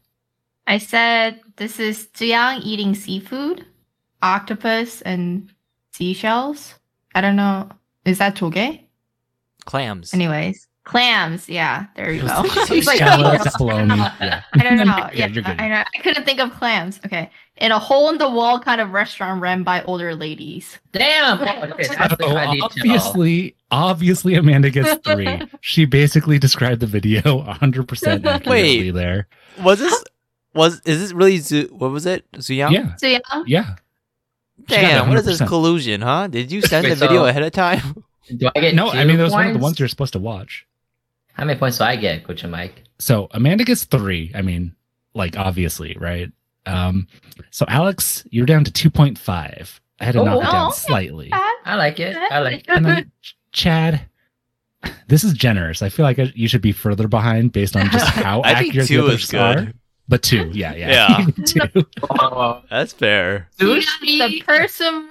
S1: I said this is Ziyang eating seafood, octopus, and seashells. I don't know. Is that toge?
S2: Clams.
S1: Anyways, clams. Yeah, there you go.
S2: It's
S1: Like,
S7: Yeah, well,
S1: I
S7: that's baloney. Yeah.
S1: don't know.
S7: Yeah,
S1: Yeah,
S7: you're good.
S1: I, know. I couldn't think of clams. Okay, in a hole in the wall kind of restaurant run by older ladies.
S4: Damn. Oh, okay, so that's the
S7: Oh,
S4: kind of detail.
S7: obviously, obviously, Amanda gets three. she basically described the video 100 percent accurately
S2: Wait.
S7: there.
S2: Was this? Was is this really? Zu, what was it? Zuyang.
S7: Yeah,
S1: So yeah,
S7: yeah. She got it
S2: Damn. What is this
S7: 100%.
S2: collusion? Huh? Did you send
S4: Okay,
S2: the video
S4: so-
S2: ahead of time?
S4: Do I get
S7: No, I mean,
S4: two
S7: that was one of the
S4: points?
S7: ones you're supposed to watch.
S4: How many points do I get, Coach Mike?
S7: So Amanda gets three. I mean, like obviously, right? Um, so Alex, you're down to 2.5. I had to
S4: Oh,
S7: knock it down
S1: okay.
S7: slightly.
S4: I like it. I like it.
S7: And then Ch- Chad. This is generous. I feel like I- you should be further behind based on just how
S2: I think
S7: accurate
S2: two
S7: the
S2: is
S7: others are.
S2: good.
S7: But two, yeah, yeah,
S2: Yeah.
S7: two.
S2: That's fair.
S1: You got the person wrong,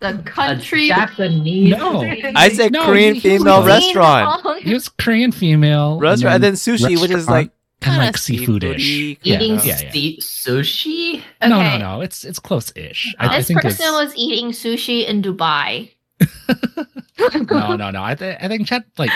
S1: the country.
S4: Japanese.
S7: No,
S2: I said
S7: No,
S2: Korean
S7: he- he was
S2: female
S7: lean
S2: restaurant.
S7: He was Korean female.
S2: Restaurant and then sushi, which is
S7: restaurant.
S2: like
S7: and like
S1: kinda
S7: seafoodish.
S2: seafoody,
S7: Yeah,
S4: Eating
S2: yeah.
S7: yeah, yeah.
S4: se- sushi?
S7: No, no,
S1: Okay.
S7: no. It's it's close ish. I, I
S1: This
S7: think
S1: person
S7: it's
S1: was eating sushi in Dubai.
S7: no, no, no. I, th- I think Chad like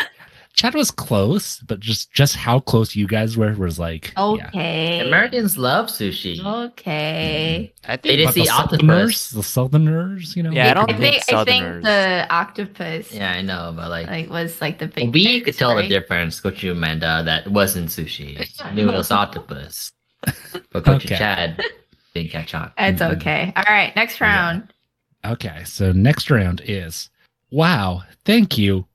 S7: Chad was close, but just just how close you guys were was like
S1: Oh,
S7: yeah.
S1: Okay. Oh.
S4: Americans love sushi.
S1: Okay.
S2: I
S4: They
S2: think
S4: just
S7: But
S4: see
S7: the Southerners,
S4: octopus.
S7: the Southerners, you know.
S2: Yeah, I don't
S1: I think I think
S2: Southerners.
S1: the octopus
S4: Yeah, I know, but like,
S1: like was like the big.
S4: we could tell the
S1: right?
S4: difference, Coach Amanda, that wasn't sushi. I knew it was octopus. But Coach
S7: Okay.
S4: Chad didn't catch on.
S1: It's
S7: Mhm.
S1: okay. All right, next
S7: Yeah.
S1: round.
S7: Okay, so next round is Wow, thank you,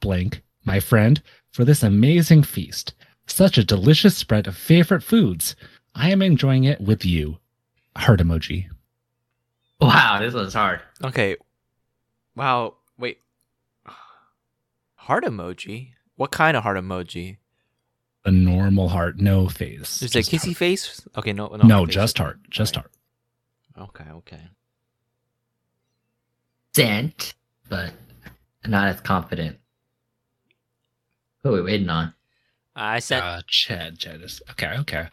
S7: blank, my friend, for this amazing feast. Such a delicious spread of favorite foods. I am enjoying it with you. Heart emoji.
S4: Wow, this one's hard.
S2: Okay. Wow. Wait. Heart emoji? What kind of heart emoji?
S7: A normal heart, no face.
S2: There's a
S7: just
S2: kissy
S7: heart.
S2: face? Okay, no, no.
S7: No,
S2: face.
S7: just heart. Just
S2: Right.
S7: heart.
S2: Okay, okay.
S4: Sent, but not as confident. Who are we waiting on?
S2: I sent.
S7: Uh, Chad, Chad is okay. Okay,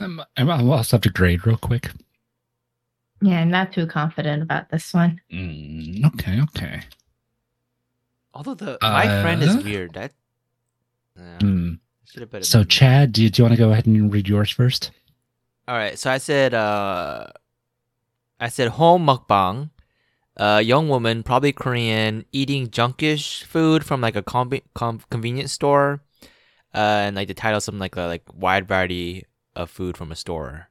S7: Um, I'm, I'm, I'll also have to grade real quick.
S1: Yeah, I'm not too confident about this one.
S7: Mm, okay, okay.
S2: although the my friend is
S7: uh,
S2: weird. That. Yeah.
S7: Hmm.
S2: Should have put Uh, it.
S7: So,
S2: in.
S7: Chad, do you, do you want to go ahead and read yours first?
S2: All right. So I said, uh, I said home mukbang. A young woman, probably Korean, eating junkish food from like a com- com- convenience store, uh, and like the title something like a like wide variety of food from a store.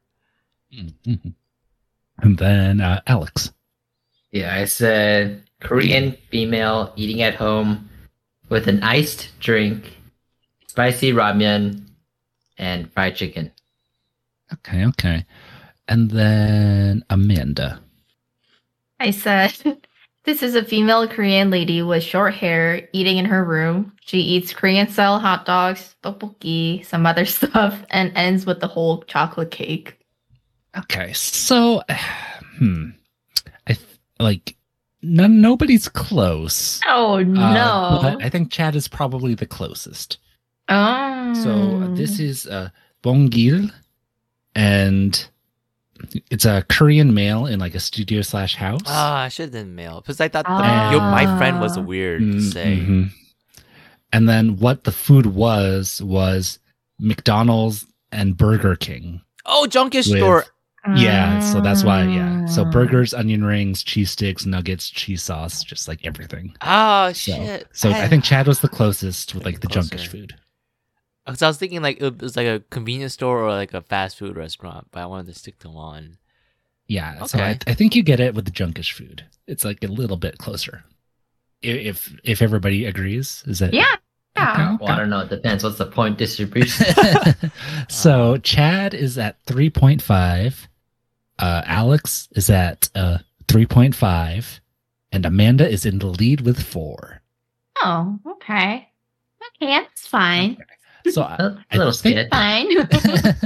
S7: Mm-hmm. And then uh, Alex.
S4: Yeah, I said Korean female eating at home with an iced drink, spicy ramen, and fried chicken.
S7: Okay, okay. And then Amanda.
S1: I said, This is a female Korean lady with short hair eating in her room. She eats Korean style hot dogs, tteokbokki, some other stuff, and ends with the whole chocolate cake.
S7: Okay, so hmm, I th- like no, nobody's close.
S1: Oh
S7: Uh,
S1: no.
S7: but I think Chad is probably the closest.
S1: oh.
S7: So this is uh, Bongil, and it's a Korean male in like a studio slash house.
S2: Ah, I should have done male because I thought the,
S7: Ah.
S2: yo, my friend was weird to
S7: Mm,
S2: say.
S7: mhm. And then what the food was was McDonald's and Burger King.
S2: Oh, junkish
S7: With-
S2: store.
S7: Yeah, so that's why. Yeah, so
S1: Mm.
S7: burgers, onion rings, cheese sticks, nuggets, cheese sauce, just like everything.
S2: Ah,
S7: So,
S2: shit.
S7: so I think Chad was the closest with
S2: Like
S7: like the
S2: closer.
S7: junkish food.
S2: Because Uh, I was thinking like it was like a convenience store or like a fast food restaurant, but I wanted to stick to one.
S7: Yeah, so I,
S2: Okay.
S7: I think you get it with the junkish food. It's like a little bit closer. I- If if everybody agrees, is that
S1: Yeah. Yeah.
S7: Okay,
S4: Well, I don't know. It depends. What's the point distribution?
S7: okay. so Chad is at three point five. Uh, Alex is at uh, three point five, and Amanda is in the lead with four.
S1: Oh, okay. Okay, that's fine.
S7: So I,
S4: a little
S7: think-
S4: skit.
S1: Fine.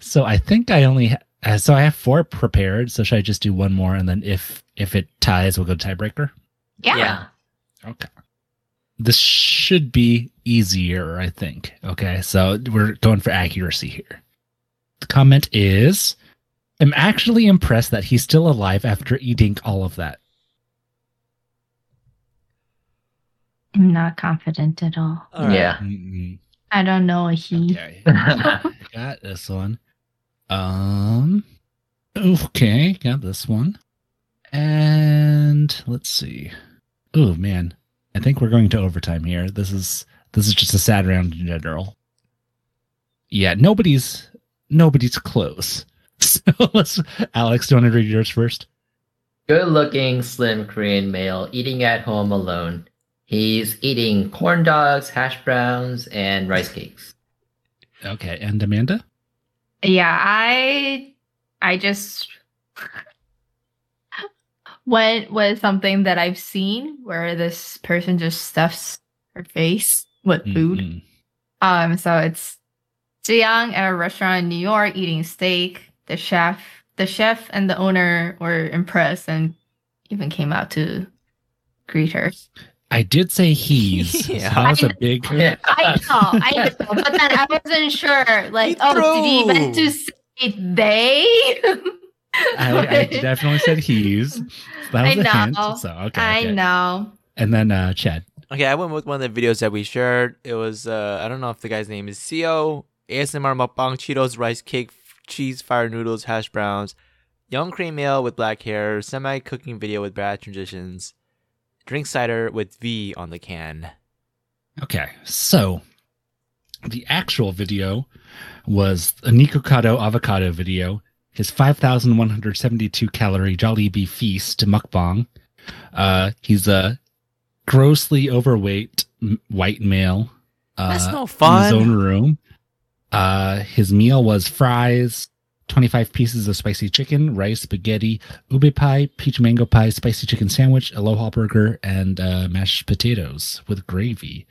S7: so I think I only ha- uh, so I have four prepared. So should I just do one more, and then if if it ties, we'll go to tiebreaker.
S1: yeah.
S4: Yeah.
S7: Okay. This should be easier, I think. Okay, so we're going for accuracy here. The comment is I'm actually impressed that he's still alive after eating all of that.
S1: I'm not confident at all.
S2: All right.
S4: Yeah.
S7: Mm-mm.
S1: I don't know a he.
S7: Okay. got this one. Um. Okay, got this one. And let's see. Oh man, I think we're going to overtime here. This is this is just a sad round in general. Yeah, nobody's nobody's close. So let's, Alex, do you want to read yours first?
S4: Good looking, slim Korean male eating at home alone. He's eating corn dogs, hash browns, and rice cakes.
S7: Okay, and Amanda.
S1: Yeah, I I just went with something that I've seen where this person just stuffs her face with
S7: Mm-hmm.
S1: food.
S7: Mm-mm.
S1: Um, so it's Jiang at a restaurant in New York eating steak. The chef, the chef and the owner were impressed and even came out to greet her.
S7: I did say he's. so
S2: Yeah.
S7: that was a big.
S4: Yeah.
S1: I know, I know, but then I wasn't sure. Like, oh, did he meant to say they?
S7: I, I definitely said he's. So that
S1: I
S7: was a hint.
S1: know.
S7: So okay,
S1: I
S7: okay.
S1: know.
S7: And then uh, Chad.
S2: Okay, I went with one of the videos that we shared. It was uh I don't know if the guy's name is Co ASMR mukbang Cheetos rice cake f- cheese fire noodles hash browns, young Korean male with black hair semi cooking video with bad transitions, drink cider with V on the can.
S7: Okay, so the actual video was a Nikocado avocado video, his 5,172 calorie Jollibee feast mukbang. Uh, he's a grossly overweight m- white male. Uh,
S2: That's no
S7: In his own
S2: fun.
S7: room. Uh, his meal was fries, 25 pieces of spicy chicken, rice, spaghetti, ube pie, peach mango pie, spicy chicken sandwich, aloha burger, and uh, mashed potatoes with gravy.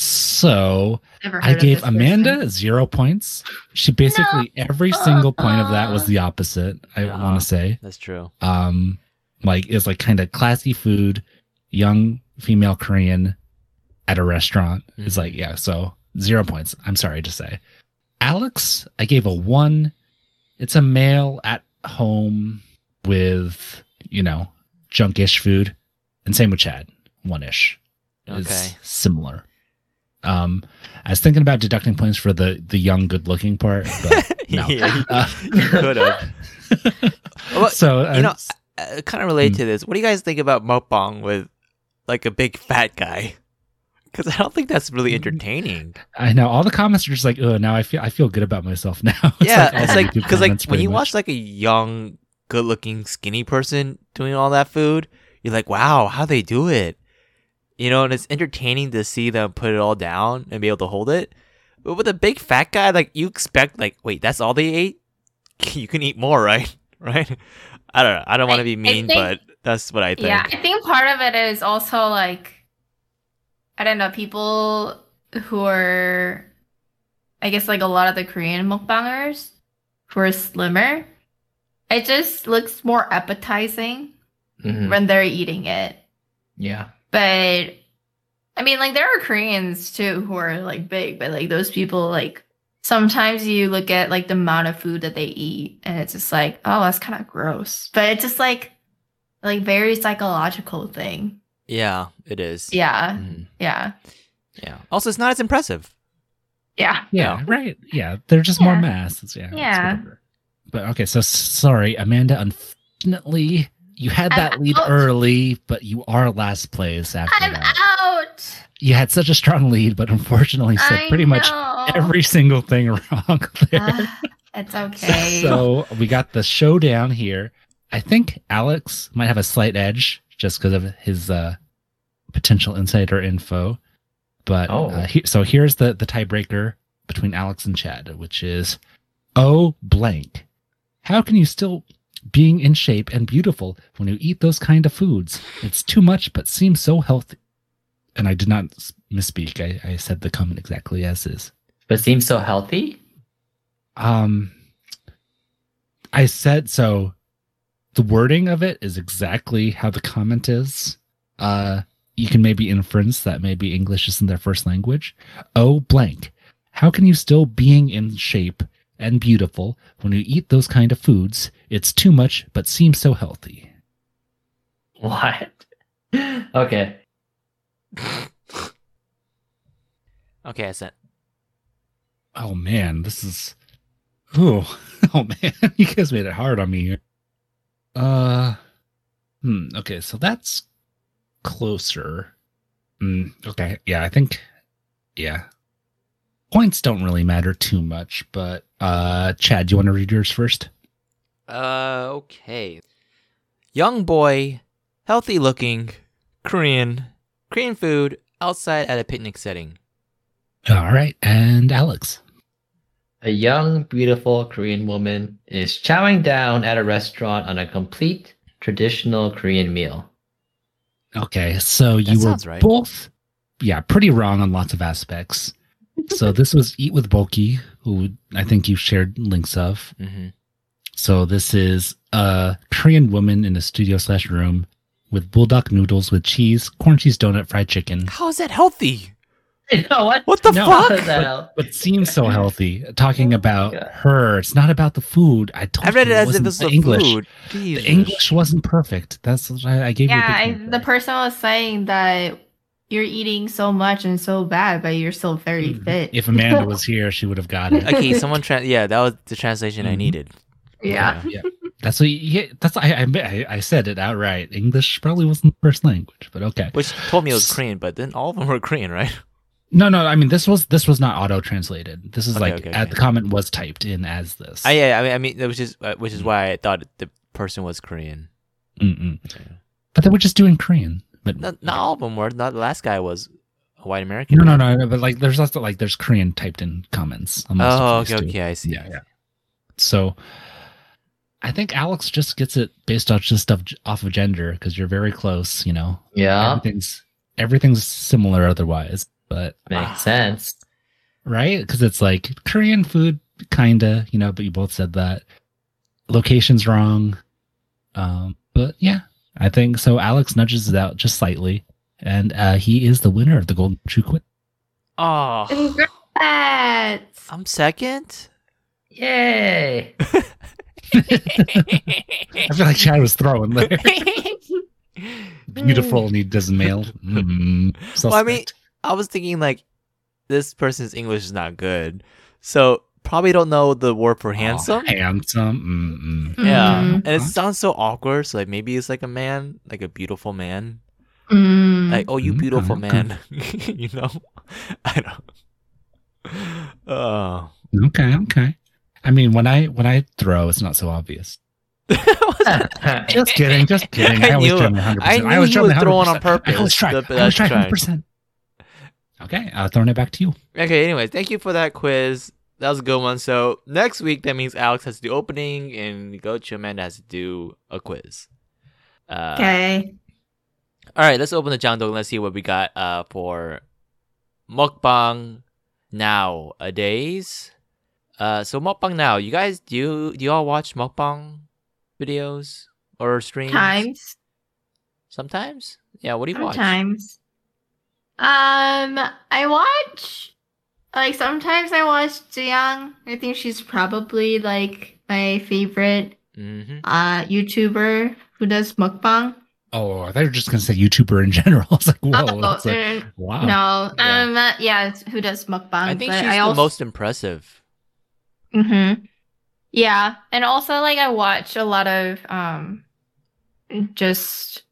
S7: So
S1: Never
S7: I
S1: heard of
S7: gave
S1: this person.
S7: Amanda zero points. She basically every single point of that was the opposite. I
S2: No.
S7: want to say,
S2: That's true.
S7: um, like it's like kind of classy food, young female Korean at a restaurant. It's
S2: Mhm.
S7: like yeah, so zero points. I'm sorry to say, Alex. I gave a one. It's a male at home with you know junkish food, and same with Chad. One ish
S2: Okay.
S7: is similar. Um, I was thinking about deducting points for the the young, good looking part, but no.
S2: Yeah,
S7: Uh,
S2: you could have. Well,
S7: so
S2: you know,
S7: uh,
S2: I, kind of relate to this. What do you guys think about mukbang with like a big fat guy? Because I don't think that's really entertaining.
S7: I know all the comments are just like, oh, now I feel I feel good about myself now.
S2: yeah,
S7: all
S2: it's
S7: the
S2: like
S7: YouTube
S2: because like
S7: comments
S2: when
S7: pretty
S2: you
S7: much.
S2: watch like a young, good-looking, skinny person doing all that food, you're like, wow, how they do it, you know? And it's entertaining to see them put it all down and be able to hold it. But with a big fat guy, like you expect, like, wait, that's all they ate? you can eat more, right? right? I don't know. I don't want
S1: I-
S2: to be
S1: I
S2: mean,
S1: think-
S2: but that's what I think.
S1: Yeah, I think part of it is also like I don't know, people who are I guess like a lot of the Korean mukbangers who are slimmer. It just looks more appetizing
S4: Mhm.
S1: when they're eating it.
S4: Yeah.
S1: But I mean like there are Koreans too who are like big, but like those people like sometimes you look at like the amount of food that they eat and it's just like, oh that's kinda gross. But it's just like like very psychological thing.
S2: Yeah, it is. Mm-hmm.
S1: Yeah,
S4: Mhm.
S1: yeah,
S2: yeah. Also, it's not as impressive.
S1: yeah.
S7: yeah, right, yeah, they're just more
S1: Yeah.
S7: mass. It's, yeah, it's
S1: Yeah.
S7: whatever. But okay, so s- sorry, Amanda. Unfortunately, you had
S1: I'm
S7: that lead
S1: out.
S7: early, but you are last place after
S1: I'm
S7: that.
S1: out.
S7: you had such a strong lead, but unfortunately said
S1: I
S7: pretty much
S1: know.
S7: every single thing wrong there.
S1: Ah, it's okay.
S7: So we got the showdown here. I think Alex might have a slight edge just because of his uh, potential insider info. But
S4: Oh.
S7: uh, he- so here's the the tiebreaker between Alex and Chad, which is oh blank. How can you still being in shape and beautiful when you eat those kind of foods? It's too much, but seems so healthy. And I did not s- misspeak. I, I said the comment exactly as is.
S4: But seems so healthy.
S7: Um, I said so. The wording of it is exactly how the comment is. Uh, you can maybe inference that maybe English isn't their first language. Oh, blank. How can you still being in shape and beautiful when you eat those kind of foods? It's too much, but seems so healthy.
S4: What? okay.
S2: Okay, I sent.
S7: Oh man, this is. Ooh, oh man, you guys made it hard on me here. Uh, hmm. Okay, so that's closer. Hmm. Okay. Yeah, I think. Yeah. Points don't really matter too much, but uh, Chad, do you want to read yours first?
S2: Uh, okay. Young boy, healthy looking, Korean, Korean food outside at a picnic setting.
S7: All right, and Alex.
S4: A young, beautiful Korean woman is chowing down at a restaurant on a complete traditional Korean meal.
S7: Okay, so you were
S2: sounds right.
S7: both, yeah, pretty wrong on lots of aspects. so this was Eat with Bulky, who I think you shared links of.
S2: Mm-hmm.
S7: So this is a Korean woman in a studio slash room with bulldog noodles with cheese, corn cheese donut, fried chicken.
S2: How is that healthy?
S4: You know what?
S2: What the
S7: No.
S4: What the
S2: fuck?
S4: hell?
S7: But seems so healthy.
S2: Oh
S7: Talking about
S4: God.
S7: her, it's not about the food. I told
S2: I read
S7: you
S2: it as if it
S7: wasn't
S2: was
S7: the
S2: the
S7: English.
S2: food.
S7: The
S2: Jesus.
S7: English wasn't perfect. That's what I, I gave
S1: yeah,
S7: you. a
S1: I,
S7: big
S1: the
S7: hint there.
S1: person was saying that you're eating so much and so bad, but you're still very
S7: Mhm.
S1: fit.
S7: If Amanda was here, she would have got it.
S2: Okay, someone. Tra- yeah, that was the translation I
S7: Mhm.
S2: needed.
S1: yeah.
S7: yeah. That's what. You, yeah, that's I, I. I- I said it outright. English probably wasn't the first language, but okay.
S2: Which told me it was Korean, but then all of them were Korean, right?
S7: No, no. I mean, this was this was not auto translated. This is
S2: Okay,
S7: like
S2: okay,
S7: uh,
S2: okay.
S7: the comment was typed in as this.
S2: I, yeah, I mean, I mean, that was just uh, which is
S7: Mm-hmm.
S2: why I thought the person was Korean.
S7: Mm-mm. But they were just doing Korean. But
S2: Not, not all of them were. Not the last guy was a white American.
S7: no, no, no, no. But like, there's also like there's Korean typed in comments. on most
S2: Oh,
S7: of
S2: okay,
S7: these, too.
S2: okay, I see.
S7: Yeah, yeah. So, I think Alex just gets it based off just stuff off of gender because you're very close. You know,
S2: Uh-huh.
S4: Yeah,
S7: everything's everything's similar otherwise, but
S4: makes sense.
S7: right? Because it's like Korean food, kinda, you know. But you both said that location's wrong. Um, but yeah, I think so. Alex nudges it out just slightly, and uh, he is the winner of the Golden Shoe Quiz.
S2: Oh,
S1: Congrats.
S2: I'm second.
S4: Yay!
S7: I feel like Chad was throwing there. Beautiful, and he doesn't mail. Mm,
S2: Well, I mean-
S7: suspect.
S2: I was thinking like this person's English is not good, so probably don't know the word for handsome.
S7: Oh, handsome. Mm-mm.
S2: Yeah,
S1: Mm,
S2: and it sounds so awkward. So like maybe it's like a man, like a beautiful man,
S1: mm.
S2: like oh you
S7: Mm,
S2: beautiful
S7: okay.
S2: man, you know. I don't. Oh,
S7: Mm-hmm. Okay. Okay. I mean, when I when I throw, it's not so obvious. Just kidding. Just kidding.
S2: I
S7: I, was
S2: knew-
S7: jumping 100%.
S2: I knew
S7: was
S2: you were
S7: jumping
S2: throwing on
S7: 100%. I was
S2: purpose.
S7: trying.
S2: The-
S7: I was
S2: that's
S7: trying
S2: trying.
S7: 100%. Okay. I'll throw it back to you.
S2: Okay, anyways, thank you for that quiz. That was a good one. So next week, that means Alex has to do opening and Gochu Amanda has to do a quiz. Uh,
S1: okay.
S2: All right, let's open the Jangdong. Let's see what we got uh, for mukbang nowadays. Uh, so mukbang now, you guys, do you, do you all watch mukbang videos or streams?
S1: Times.
S2: Sometimes? Yeah, what do you watch?
S1: Sometimes. Um, I watch like sometimes I watch Jiang. I think she's probably like my favorite
S2: Mm-hmm.
S1: uh YouTuber who does mukbang.
S7: Oh, I thought you were just gonna say YouTuber in general. I was like, whoa,
S1: oh,
S7: that's like,
S1: er,
S7: wow.
S1: no.
S2: Yeah.
S1: Um, uh, yeah, it's who does mukbang?
S2: I think
S1: Um, but
S2: she's
S1: I
S2: the
S1: also,
S2: most impressive.
S1: Mm-hmm. Yeah, and also like I watch a lot of um, just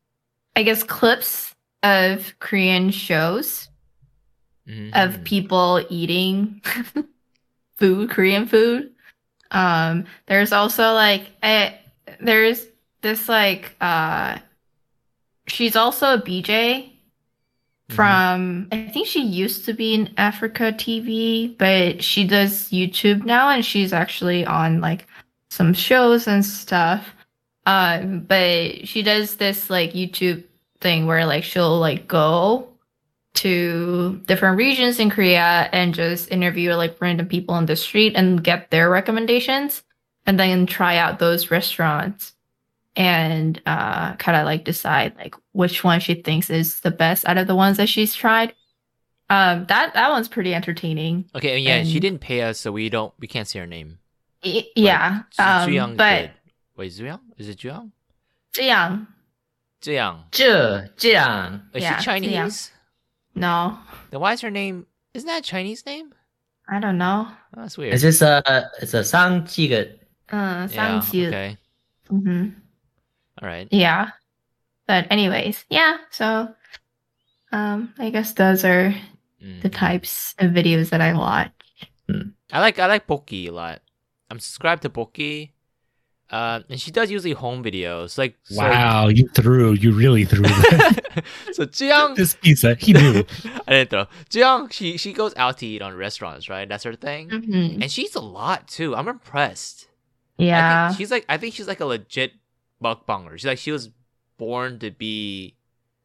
S1: I guess clips of Korean shows. of
S2: Mhm.
S1: people eating food, Korean food. Um, there's also like I, there's this like uh she's also a BJ
S2: Mm-hmm.
S1: from I think she used to be in Africa TV, but she does YouTube now and she's actually on like some shows and stuff. Um, but she does this like YouTube thing where like she'll like go to different regions in Korea and just interview like random people on the street and get their recommendations and then try out those restaurants and uh kind of like decide like which one she thinks is the best out of the ones that she's tried. Um that that one's pretty entertaining.
S2: Okay, and yeah, she
S1: and-
S2: didn't pay us, so we don't we can't see her name.
S1: Y- yeah.
S2: But Zu-
S1: um
S2: Zuyang
S1: but
S2: did. wait, Zuyang? Is it Zuyang?
S1: Ziyang.
S2: Zuyang.
S4: Zhe Jiang.
S2: Is
S1: Yeah,
S2: she
S1: Zuyang.
S2: Chinese?
S1: No.
S2: Then why is her name? Isn't that a Chinese name?
S1: I don't know.
S2: Oh, that's weird.
S4: Is this a it's a Sang Qi
S1: Uh
S2: yeah,
S1: sounds cute.
S2: okay.
S1: Mhm.
S2: All right.
S1: Yeah. But anyways, yeah, so um I guess those are
S2: Mm.
S1: the types of videos that I watch.
S2: I like I like Poki a lot. I'm subscribed to Poki, uh, and she does usually home videos. Like so-
S7: Wow, you threw. You really threw this,
S2: so Jiang
S7: this pizza. He knew.
S2: I didn't throw. Jiang, she she goes out to eat on restaurants, right? That's her thing.
S1: Mm-hmm.
S2: And she's a lot too. I'm impressed. I
S1: Yeah.
S2: think she's like I think she's like a legit mukbanger. She's like she was born to be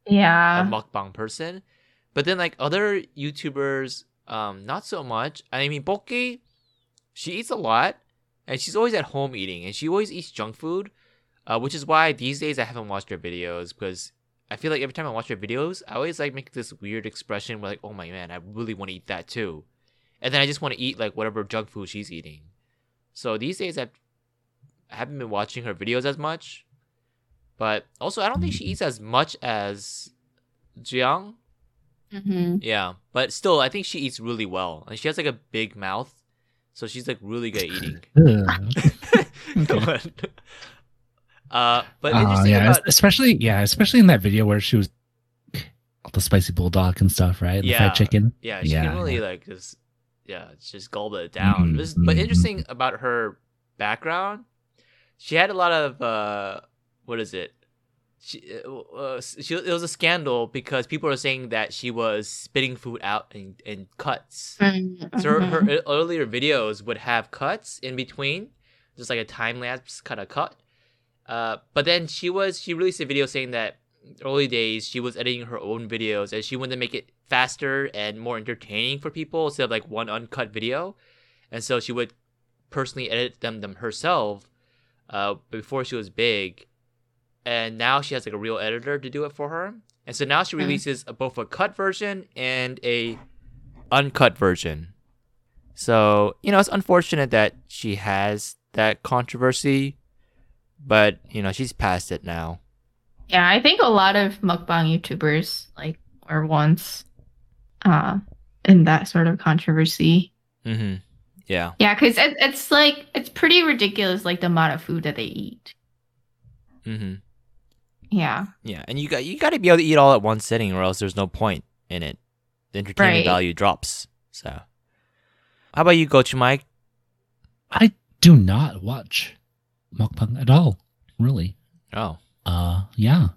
S2: a
S1: Yeah.
S2: mukbang person. But then like other YouTubers, um, not so much. I mean Boki, she eats a lot and she's always at home eating and she always eats junk food. Uh, which is why these days I haven't watched her videos because I feel like every time I watch her videos, I always like make this weird expression where like, oh my man, I really want to eat that too. And then I just want to eat like whatever junk food she's eating. So these days I've I haven't been watching her videos as much. But also I don't think she eats as much as Jiang.
S1: Mm-hmm.
S2: Yeah. But still I think she eats really well. And she has like a big mouth. So she's like really good at eating.
S7: Ugh.
S2: Come on. Uh but
S7: Oh,
S2: interesting
S7: yeah,
S2: about
S7: especially yeah, especially in that video where she was all the spicy bulldog and stuff, right? The
S2: Yeah.
S7: fried chicken.
S2: Yeah, she
S7: Yeah,
S2: can really
S7: yeah.
S2: like just yeah, just gulp it down.
S7: Mhm,
S2: This- but
S7: mhm.
S2: interesting about her background, she had a lot of uh, what is it? She, uh, she it was a scandal because people were saying that she was spitting food out in, in cuts.
S1: Mm-hmm.
S2: So her, her e- earlier videos would have cuts in between, just like a time lapse kind of cut. Uh, but then she was she released a video saying that early days she was editing her own videos and she wanted to make it faster and more entertaining for people instead of like one uncut video, and so she would personally edit them them herself. Uh, before she was big, and now she has like a real editor to do it for her, and so now she
S1: Mhm.
S2: releases a, both a cut version and a uncut version. So, you know, it's unfortunate that she has that controversy, but, you know, she's past it now.
S1: Yeah, I think a lot of mukbang YouTubers like were once uh in that sort of controversy.
S2: Mm-hmm. Yeah.
S1: Yeah, because it, it's like it's pretty ridiculous, like the amount of food that they eat.
S2: Mm-hmm.
S1: Yeah,
S2: Yeah. And you got you got to be able to eat all at one sitting, or else there's no point in it. The
S1: Right.
S2: entertainment value drops. So, how about you, Coach Mike?
S7: I do not watch mukbang at all, really.
S2: Oh,
S7: Uh, yeah.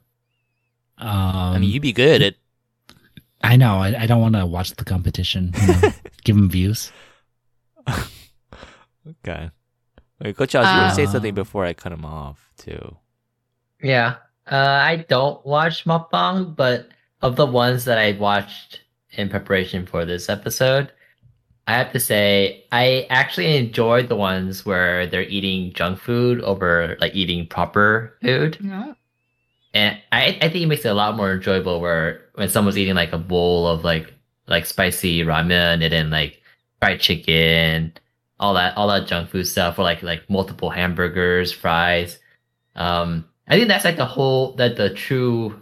S7: Um,
S2: I mean, you'd be good at.
S7: I know. I, I don't want to watch the competition. You know, give them views.
S2: Okay. Wait, Coach Charles, you were gonna say
S7: Uh,
S2: something before I cut him off too.
S4: Yeah. Uh, I don't watch mukbang, but of the ones that I watched in preparation for this episode, I have to say I actually enjoyed the ones where they're eating junk food over like eating proper food.
S1: no,
S4: and I, I think it makes it a lot more enjoyable where when someone's eating like a bowl of like like spicy ramen and then like fried chicken, all that all that junk food stuff, or like like multiple hamburgers, fries. Um, I think that's like the whole that the true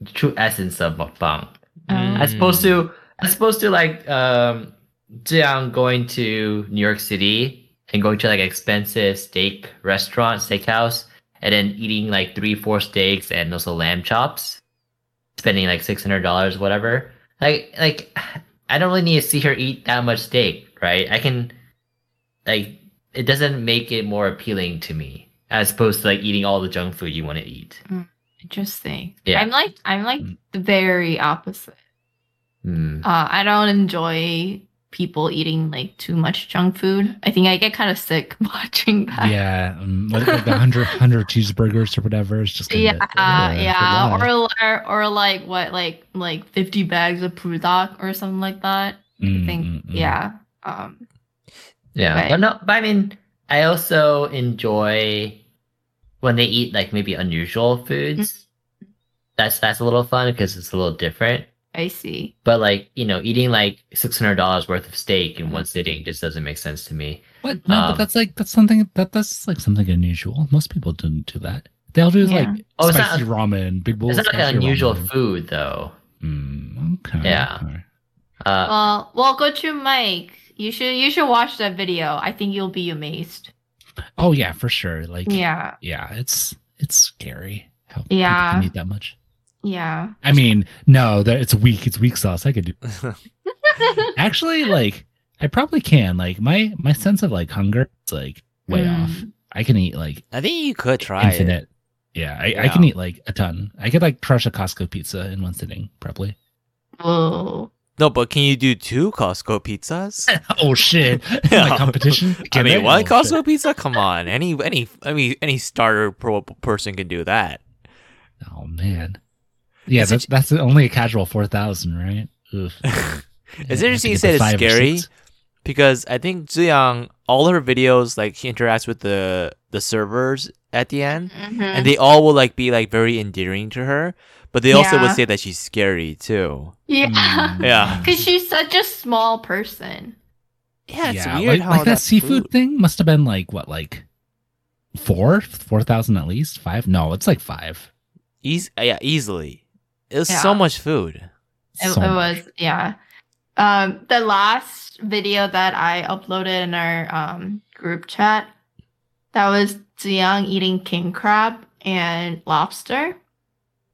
S4: the true essence of mukbang
S1: Um,
S4: as opposed to as opposed to like um Ziyang going to New York City and going to like expensive steak restaurant, steakhouse, and then eating like three, four steaks and also lamb chops, spending like six hundred dollars, whatever. Like like I don't really need to see her eat that much steak, right? I can like it doesn't make it more appealing to me as opposed to like eating all the junk food you want to eat.
S1: interesting.
S4: Yeah.
S1: I'm like I'm like
S7: Mm.
S1: the very opposite.
S4: Hmm.
S1: Uh, I don't enjoy people eating like too much junk food. I think I get kind of sick watching that.
S7: Yeah, um, like, like the 100, 100 cheeseburgers or whatever. It's just
S1: Yeah,
S7: kinda-
S1: uh,
S7: it's
S1: yeah,
S7: a lot.
S1: or, or or like what, like like fifty bags of prudoc or something like that. I
S7: Mm,
S1: think,
S7: mm, mm.
S1: yeah, um,
S4: Yeah,
S1: Right.
S4: but no, but I mean, I also enjoy when they eat like maybe unusual foods. That's that's a little fun because it's a little different.
S1: I see.
S4: But like you know, eating like six hundred dollars worth of steak in one sitting just doesn't make sense to me.
S7: What? No, but
S4: Um,
S7: that's like that's something that that's like something unusual. Most people didn't do that. They'll do
S1: Yeah.
S7: like
S4: Oh, it's not-
S7: spicy ramen, big bowl.
S4: It's
S7: of
S4: not like
S7: spicy
S4: an unusual
S7: ramen.
S4: food though.
S7: Mm, okay.
S4: Yeah.
S7: all right.
S4: Uh,
S1: Well, well, go to Mike. You should you should watch that video. I think you'll be amazed.
S7: Oh yeah, for sure. Like yeah,
S1: Yeah,
S7: it's it's scary. How people
S1: Yeah.
S7: can eat that much.
S1: yeah.
S7: I mean, no, that it's weak. It's weak sauce. I could do actually like I probably can. Like my my sense of like hunger is like way
S1: Mm.
S7: off. I can eat like
S2: I think you could try it.
S7: infinite. Yeah, I, I can
S2: Yeah.
S7: eat like a ton. I could like crush a Costco pizza in one sitting, probably.
S1: Whoa.
S2: No, but can you do two Costco pizzas?
S7: oh shit!
S2: Yeah.
S7: like competition.
S2: I
S7: Can they?
S2: mean, one
S7: Oh, shit.
S2: Costco pizza? Come on, any any I mean, any starter pro- person can do that.
S7: Oh man. Yeah,
S2: Is
S7: that's
S2: it-
S7: that's only a casual four thousand, right? Oof.
S2: It's
S7: Yeah, I
S2: interesting you
S7: have to get
S2: said
S7: the
S2: it's
S7: five or
S2: scary
S7: six.
S2: because I think Ziyang, all her videos, like she interacts with the the servers at the end,
S1: Mhm.
S2: and
S7: Mm-hmm.
S2: they all will like be like very endearing to her, but they also would
S1: Yeah.
S2: say that she's scary too.
S1: Yeah,
S7: Mm.
S2: Yeah.
S1: because she's such a small person.
S2: Yeah, it's
S7: yeah,
S2: weird
S7: like,
S2: how
S7: like that,
S2: that
S7: seafood
S2: food-
S7: thing must have been like what, like four, four thousand at least, five? No, it's like five.
S2: Eas- yeah, easily. It was
S1: Yeah.
S2: so much food.
S1: It,
S7: So
S1: it
S7: much.
S1: was yeah. Um, the last video that I uploaded in our um group chat, that was Ziyang eating king crab and lobster.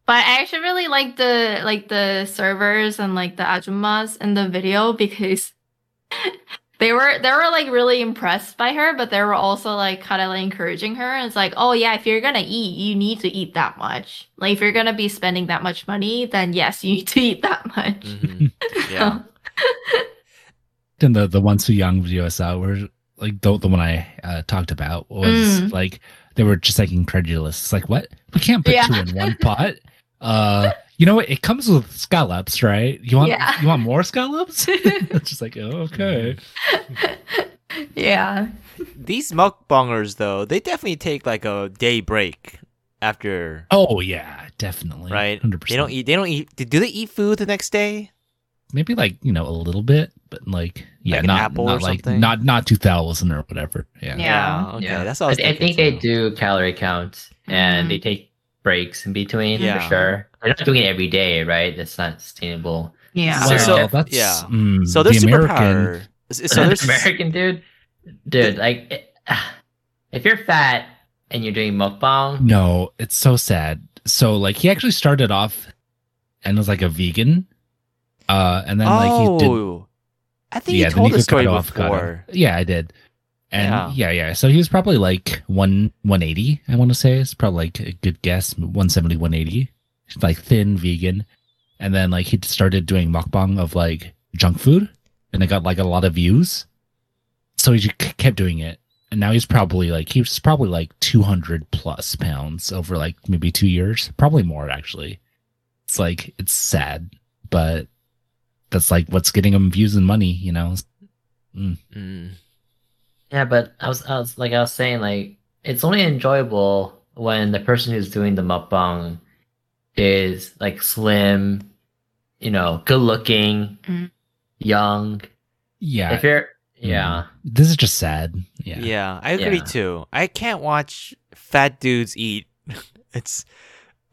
S1: But I actually really like the like the servers and like the ajumas in the video because they were they were like really impressed by her, but they were also like kind of like encouraging her. And it's like, oh yeah, if you're gonna eat, you need to eat that much. Like if you're gonna be spending that much money, then yes, you need to eat that much.
S2: Mhm. Yeah.
S7: And the the one Su Young video I saw where like the the one I uh, talked about was
S1: Mm.
S7: like they were just like incredulous. It's like what? We can't put
S1: Yeah.
S7: two in one pot. Uh you know what? It comes with scallops, right? You want
S1: Yeah.
S7: you want more scallops? it's just like oh, okay.
S2: Mm.
S1: yeah.
S2: These mukbangers though, they definitely take like a day break after
S7: Oh yeah, definitely.
S2: right?
S7: Hundred
S2: They
S7: percent.
S2: don't eat they don't eat do they eat food the next day?
S7: Maybe like you know a little bit, but like yeah,
S2: Like an
S7: not
S2: apple
S7: not
S2: or
S7: like
S2: something?
S7: not not two thousand or whatever. Yeah.
S1: Yeah.
S2: okay.
S4: yeah,
S2: That's all I, was
S4: I, I
S2: thinking,
S4: think they
S2: too.
S4: do calorie counts and
S1: Mhm.
S4: they take breaks in between
S2: Yeah.
S4: for sure. They're not doing it every day, right? That's not sustainable.
S1: Yeah.
S2: So-
S7: Wow,
S2: so-
S7: that's
S2: yeah.
S7: mm,
S2: So their
S7: the American.
S2: superpower. is- So there's
S4: American dude, dude, like it- if you're fat and you're doing mukbang,
S7: No, it's so sad. So like he actually started off and was like a vegan, uh, and then
S2: oh,
S7: like he did
S2: I think
S7: yeah,
S2: you
S7: then
S2: told
S7: he
S2: the
S7: got
S2: story
S7: cut off, got
S2: before.
S7: off. Yeah, I did. And
S2: Yeah.
S7: yeah. yeah, So he was probably like one one eighty. I want to say it's probably like a good guess, 170, 180. He's, Like thin vegan, and then like he started doing mukbang of like junk food, and it got like a lot of views. So he just k- kept doing it, and now he's probably like he was probably like two hundred plus pounds over like maybe two years, probably more actually. It's like it's sad, but that's like what's getting him views and money, you know.
S2: Mm.
S4: yeah. But I was, I was like, I was saying, like it's only enjoyable when the person who's doing the mukbang is like slim, you know, good looking,
S1: Mm.
S4: young.
S7: Yeah,
S4: If you're, yeah,
S7: Um, this is just sad. Yeah.
S2: Yeah. I agree
S4: Yeah.
S2: too. I can't watch fat dudes eat. it's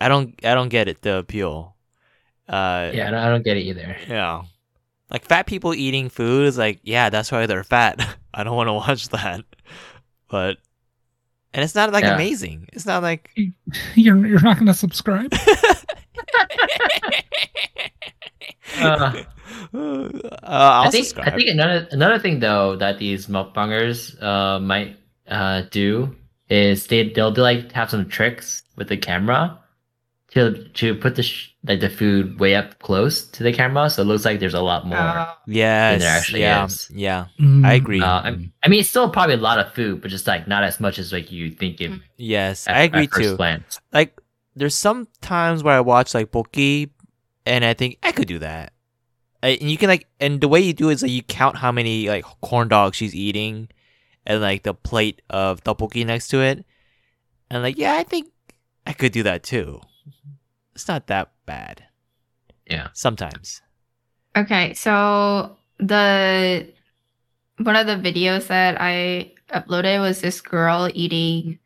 S2: I don't I don't get it the appeal. Uh,
S4: yeah, I don't, I don't get it either.
S2: yeah. Like fat people eating food is like yeah, that's why they're fat. I don't want to watch that, but and it's not like
S4: Yeah.
S2: amazing. It's not like
S7: You're you're not gonna subscribe.
S4: Uh,
S2: Uh, I'll
S4: think
S2: subscribe.
S4: I think another another thing though that these mukbangers uh might uh do is they they'll do like have some tricks with the camera to to put the sh- like the food way up close to the camera so it looks like there's a lot more. Uh,
S2: yes,
S4: actually
S2: yeah,
S4: is. Uh,
S2: yeah.
S7: Hmm. Mm.
S2: I agree.
S4: I, I mean, it's still probably a lot of food, but just like not as much as like you think it.
S2: yes,
S4: At,
S2: I agree
S4: at first
S2: too.
S4: glance.
S2: like there's some times where I watch like Boki, and I think I could do that. I- And you can like, and the way you do it is like you count how many like corn dogs she's eating, and like the plate of tteokbokki next to it, and like yeah, I think I could do that too. It's not that bad.
S4: Yeah.
S2: Sometimes.
S1: Okay, so the one of the videos that I uploaded was this girl eating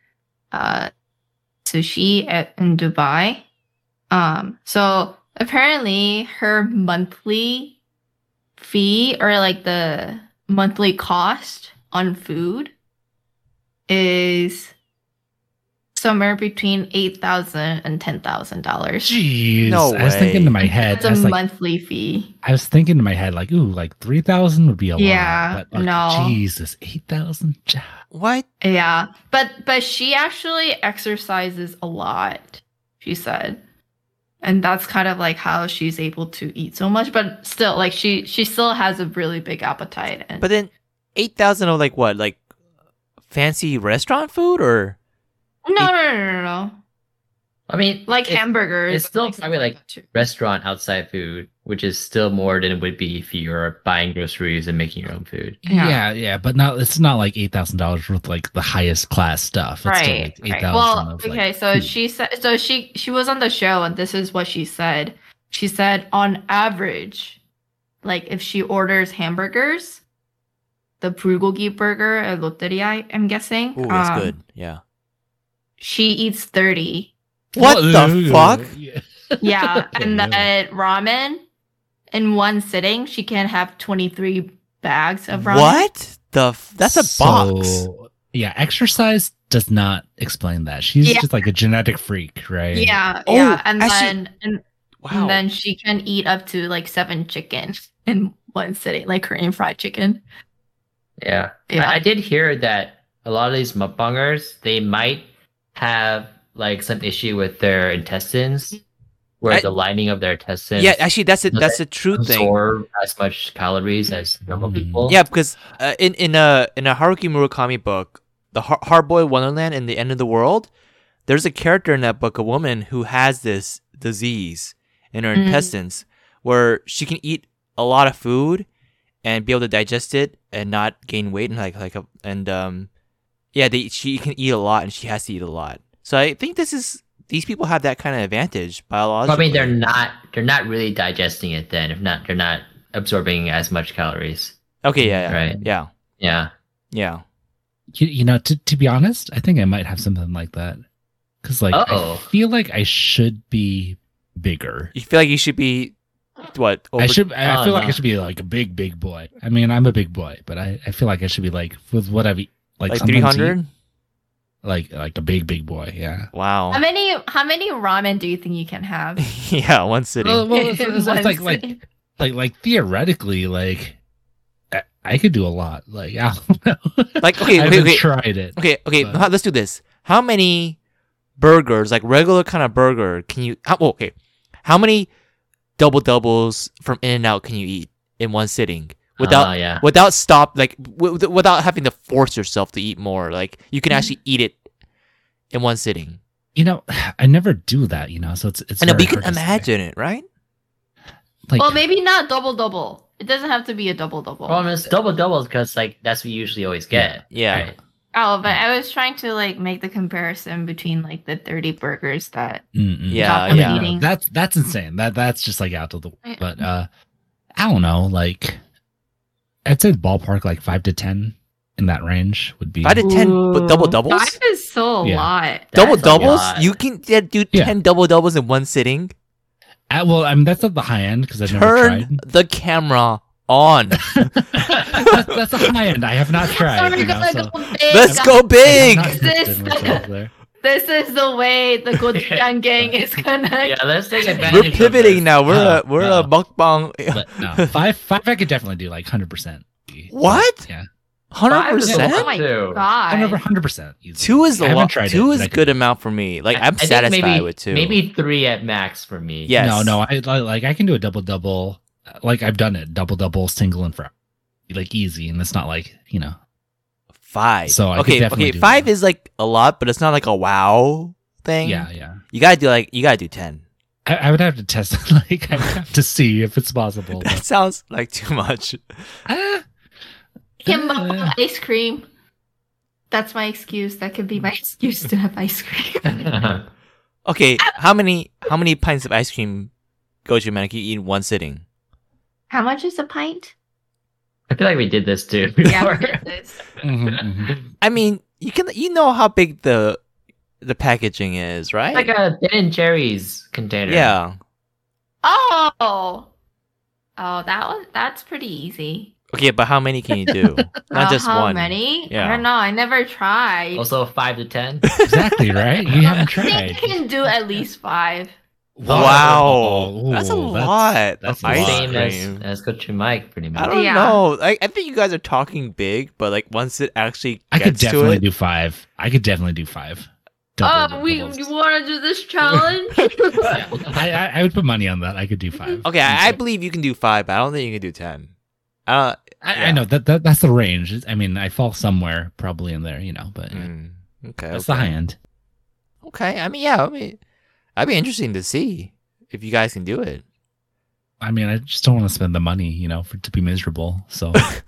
S1: uh sushi at, in Dubai. Um, so apparently her monthly fee or like the monthly cost on food is somewhere between eight thousand and ten thousand dollars.
S7: Jeez,
S2: No
S7: I was thinking
S2: way.
S7: to my head.
S1: That's
S7: I
S1: a
S7: was, like,
S1: monthly fee.
S7: I was thinking to my head like, ooh, like three thousand would be a
S1: Yeah,
S7: lot. but, like,
S1: no.
S7: Jesus, eight thousand.
S2: What?
S1: Yeah, but but she actually exercises a lot. She said, and that's kind of like how she's able to eat so much. But still, like she she still has a really big appetite. And
S2: But then eight thousand of like what? Like fancy restaurant food or
S1: no, no, no, no, no, no.
S4: I mean,
S1: like
S4: it's
S1: hamburgers.
S4: it's still probably, like, restaurant outside food, which is still more than it would be if you were buying groceries and making your own food.
S7: Yeah.
S1: Yeah.
S7: yeah, but not. It's not like eight thousand dollars worth like the highest class stuff. It's still,
S1: right,
S7: like,
S1: right.
S7: 8,000
S1: Well,
S7: of, like, hmm.
S1: okay. So
S7: food.
S1: she said. So she she was on the show, and this is what she said. She said, on average, like if she orders hamburgers, the Bulgogi burger at Loteria, I'm guessing.
S2: ooh, that's
S1: um,
S2: good. Yeah.
S1: She eats thirty.
S2: What the
S7: Ooh,
S2: fuck?
S7: yeah.
S1: Yeah, and
S7: Yeah.
S1: the ramen in one sitting, she can have twenty three bags of ramen.
S2: What the? F- that's a box.
S7: So, Yeah, exercise does not explain that. She's
S1: Yeah.
S7: just like a genetic freak, right?
S1: Yeah,
S2: Oh,
S1: yeah, and
S2: actually-
S1: then and
S2: Wow.
S1: And then she can eat up to like seven chicken in one sitting, like Korean fried chicken.
S4: Yeah.
S1: Yeah.
S4: I, I did hear that a lot of these mukbangers they might have like some issue with their intestines, where
S2: I-
S4: the lining of their intestines
S2: yeah, actually, that's a
S4: Does
S2: that's a true thing.
S4: absorb as much calories as normal
S7: Mm.
S4: people.
S2: Yeah, because uh, in in a in a Haruki Murakami book, the Har- Hardboy Wonderland and the End of the World, there's a character in that book, a woman who has this disease in her
S1: Mm.
S2: intestines, where she can eat a lot of food and be able to digest it and not gain weight and like like a, and um yeah, they, she can eat a lot and she has to eat a lot. So I think this is these people have that kind of advantage
S4: But, I
S2: biologically.
S4: mean they're not they're not really digesting it then. If not, they're not absorbing as much calories.
S2: okay. Yeah, yeah,
S4: Right.
S2: yeah,
S4: Yeah.
S2: yeah.
S7: You, you know, to, to be honest, I think I might have something like that. Because, like,
S4: Uh-oh.
S7: I feel like I should be bigger.
S2: You feel like you should be what over
S7: I should. I
S4: Oh,
S7: feel like
S4: no.
S7: I should be like a big, big boy. I mean, I'm a big boy, but I, I feel like I should be like with what I've eat- like,
S2: like
S7: sometimes
S2: three
S7: eat-
S2: hundred?
S7: like like a big, big boy. Yeah.
S1: How
S2: Wow.
S1: many how many ramen do you think you can have?
S2: yeah, one sitting.
S7: Well, well, it's, it's- it's
S1: One
S7: like like
S1: sitting.
S7: like like theoretically, like I, I could do a lot. Like I don't know.
S2: Like, okay,
S7: I
S2: wait,
S7: haven't
S2: wait.
S7: tried it.
S2: Okay, okay,
S7: But-
S2: how- let's do this. How many burgers, like regular kind of burger, can you? How, oh, okay, how many double doubles from In and Out can you eat in one sitting without
S7: Uh,
S4: Oh, yeah.
S2: without stop like w- w- without having to force yourself to eat more? Like you can actually eat it in one sitting.
S7: You know, I never do that. You know, so it's it's.
S2: I know,
S7: very
S2: we can
S7: hard to say.
S2: imagine it, right?
S7: Like,
S1: well, maybe not double double. It doesn't have to be a double double.
S4: Problem is double doubles because like that's what you usually always get.
S2: Yeah.
S4: Right.
S1: Oh, but I was trying to like make the comparison between like the 30 burgers that
S7: mm, mm.
S2: Yeah,
S1: Stop
S2: yeah.
S1: eating.
S7: No, that's that's insane. That that's just like out of the.
S1: I-
S7: But uh, I don't know. Like, I'd say ballpark like five to ten in that range would be.
S2: Five to ten bu-
S1: Ooh.
S2: double doubles.
S1: Five is still a
S7: Yeah.
S1: lot.
S4: That's
S2: Double
S4: a
S2: doubles?
S4: lot.
S2: You can yeah, do
S7: Yeah.
S2: ten double doubles in one sitting.
S7: Uh, well, I mean that's at the high end because I've never
S2: Turn
S7: tried.
S2: the camera on.
S7: that's, that's the high end. I have not tried.
S1: Sorry,
S7: you know,
S1: gotta
S7: so-
S1: go big.
S2: Let's go
S7: I'm
S2: big.
S7: not
S1: This-
S7: interested myself there.
S1: This is the way the Gochujang gang is gonna.
S4: Yeah, let's take advantage.
S2: We're pivoting
S4: of
S2: now. We're a
S7: No,
S2: we're a
S7: no.
S2: mukbang.
S7: But no, five five I could definitely do like hundred percent.
S2: What?
S7: Yeah,
S2: Hundred
S4: Five is a
S1: Oh
S2: percent.
S4: lot.
S1: my
S4: Two.
S7: I'm over
S1: god.
S7: hundred percent.
S2: Two is
S7: I
S2: a
S7: haven't
S2: lot.
S7: tried it,
S2: Two
S7: but
S2: is
S7: I
S2: a
S7: could-
S2: good amount for me. Like
S4: I- I
S2: I'm
S4: think
S2: satisfied
S4: maybe-
S2: with two.
S4: Maybe three at max for me.
S2: Yes.
S7: No, no, I I- like I can do a double double. Like I've done it, double double, single and fro, like easy, and it's not like you know.
S2: five.
S7: So I could
S2: okay,
S7: definitely
S2: okay.
S7: do
S2: Five
S7: that.
S2: is like a lot, but it's not like a wow thing.
S7: Yeah, yeah.
S2: You gotta do like you gotta do ten.
S7: I, I would have to test it, like I would have to see if it's possible. but-
S2: That sounds like too much.
S7: Ah,
S1: Kimbap ice cream. That's my excuse. That could be my excuse to have ice cream.
S2: Okay, how many how many pints of ice cream goju man can you eat in one sitting?
S1: How much is a pint?
S4: I feel like we did this too.
S1: Yeah.
S4: Before.
S1: this.
S7: mhm, mhm.
S2: I mean, you can you know how big the the packaging is, right?
S4: like a Ben and Jerry's container.
S2: yeah.
S1: Oh. Oh, that one. That's pretty easy.
S2: Okay, but how many can you do? Not
S1: Uh,
S2: just
S1: how
S2: one.
S1: many?
S2: Yeah.
S1: I don't know. I never tried.
S4: Also five to ten.
S7: Exactly right. You haven't
S1: I think
S7: tried.
S1: I can do at least five.
S2: Wow,
S7: Wow.
S2: that's a
S7: Oh, Ooh,
S2: lot.
S7: that's
S2: of
S7: a
S2: ice
S7: lot.
S4: Same as,
S2: cream.
S4: as Coach Mike, pretty much.
S2: I don't
S1: Yeah.
S2: know. I, I think you guys are talking big, but like once it actually gets
S7: I could
S2: to
S7: definitely
S2: it,
S7: do five. I could definitely do five.
S2: Uh,
S1: Oh, we
S7: doubles.
S1: you want to do this challenge?
S7: Yeah, I, I, I would put money on that. I could do five.
S2: okay, I, I believe you can do five, but I don't think you can do ten. Uh,
S7: I,
S2: yeah.
S7: I know that, that that's the range. I mean, I fall somewhere probably in there, you know, but
S2: mm, okay,
S7: that's the
S2: okay.
S7: high end.
S2: Okay, I mean, yeah, I mean, I'd be interesting to see if you guys can do it.
S7: I mean, I just don't want to spend the money, you know, for to be miserable. So Oh,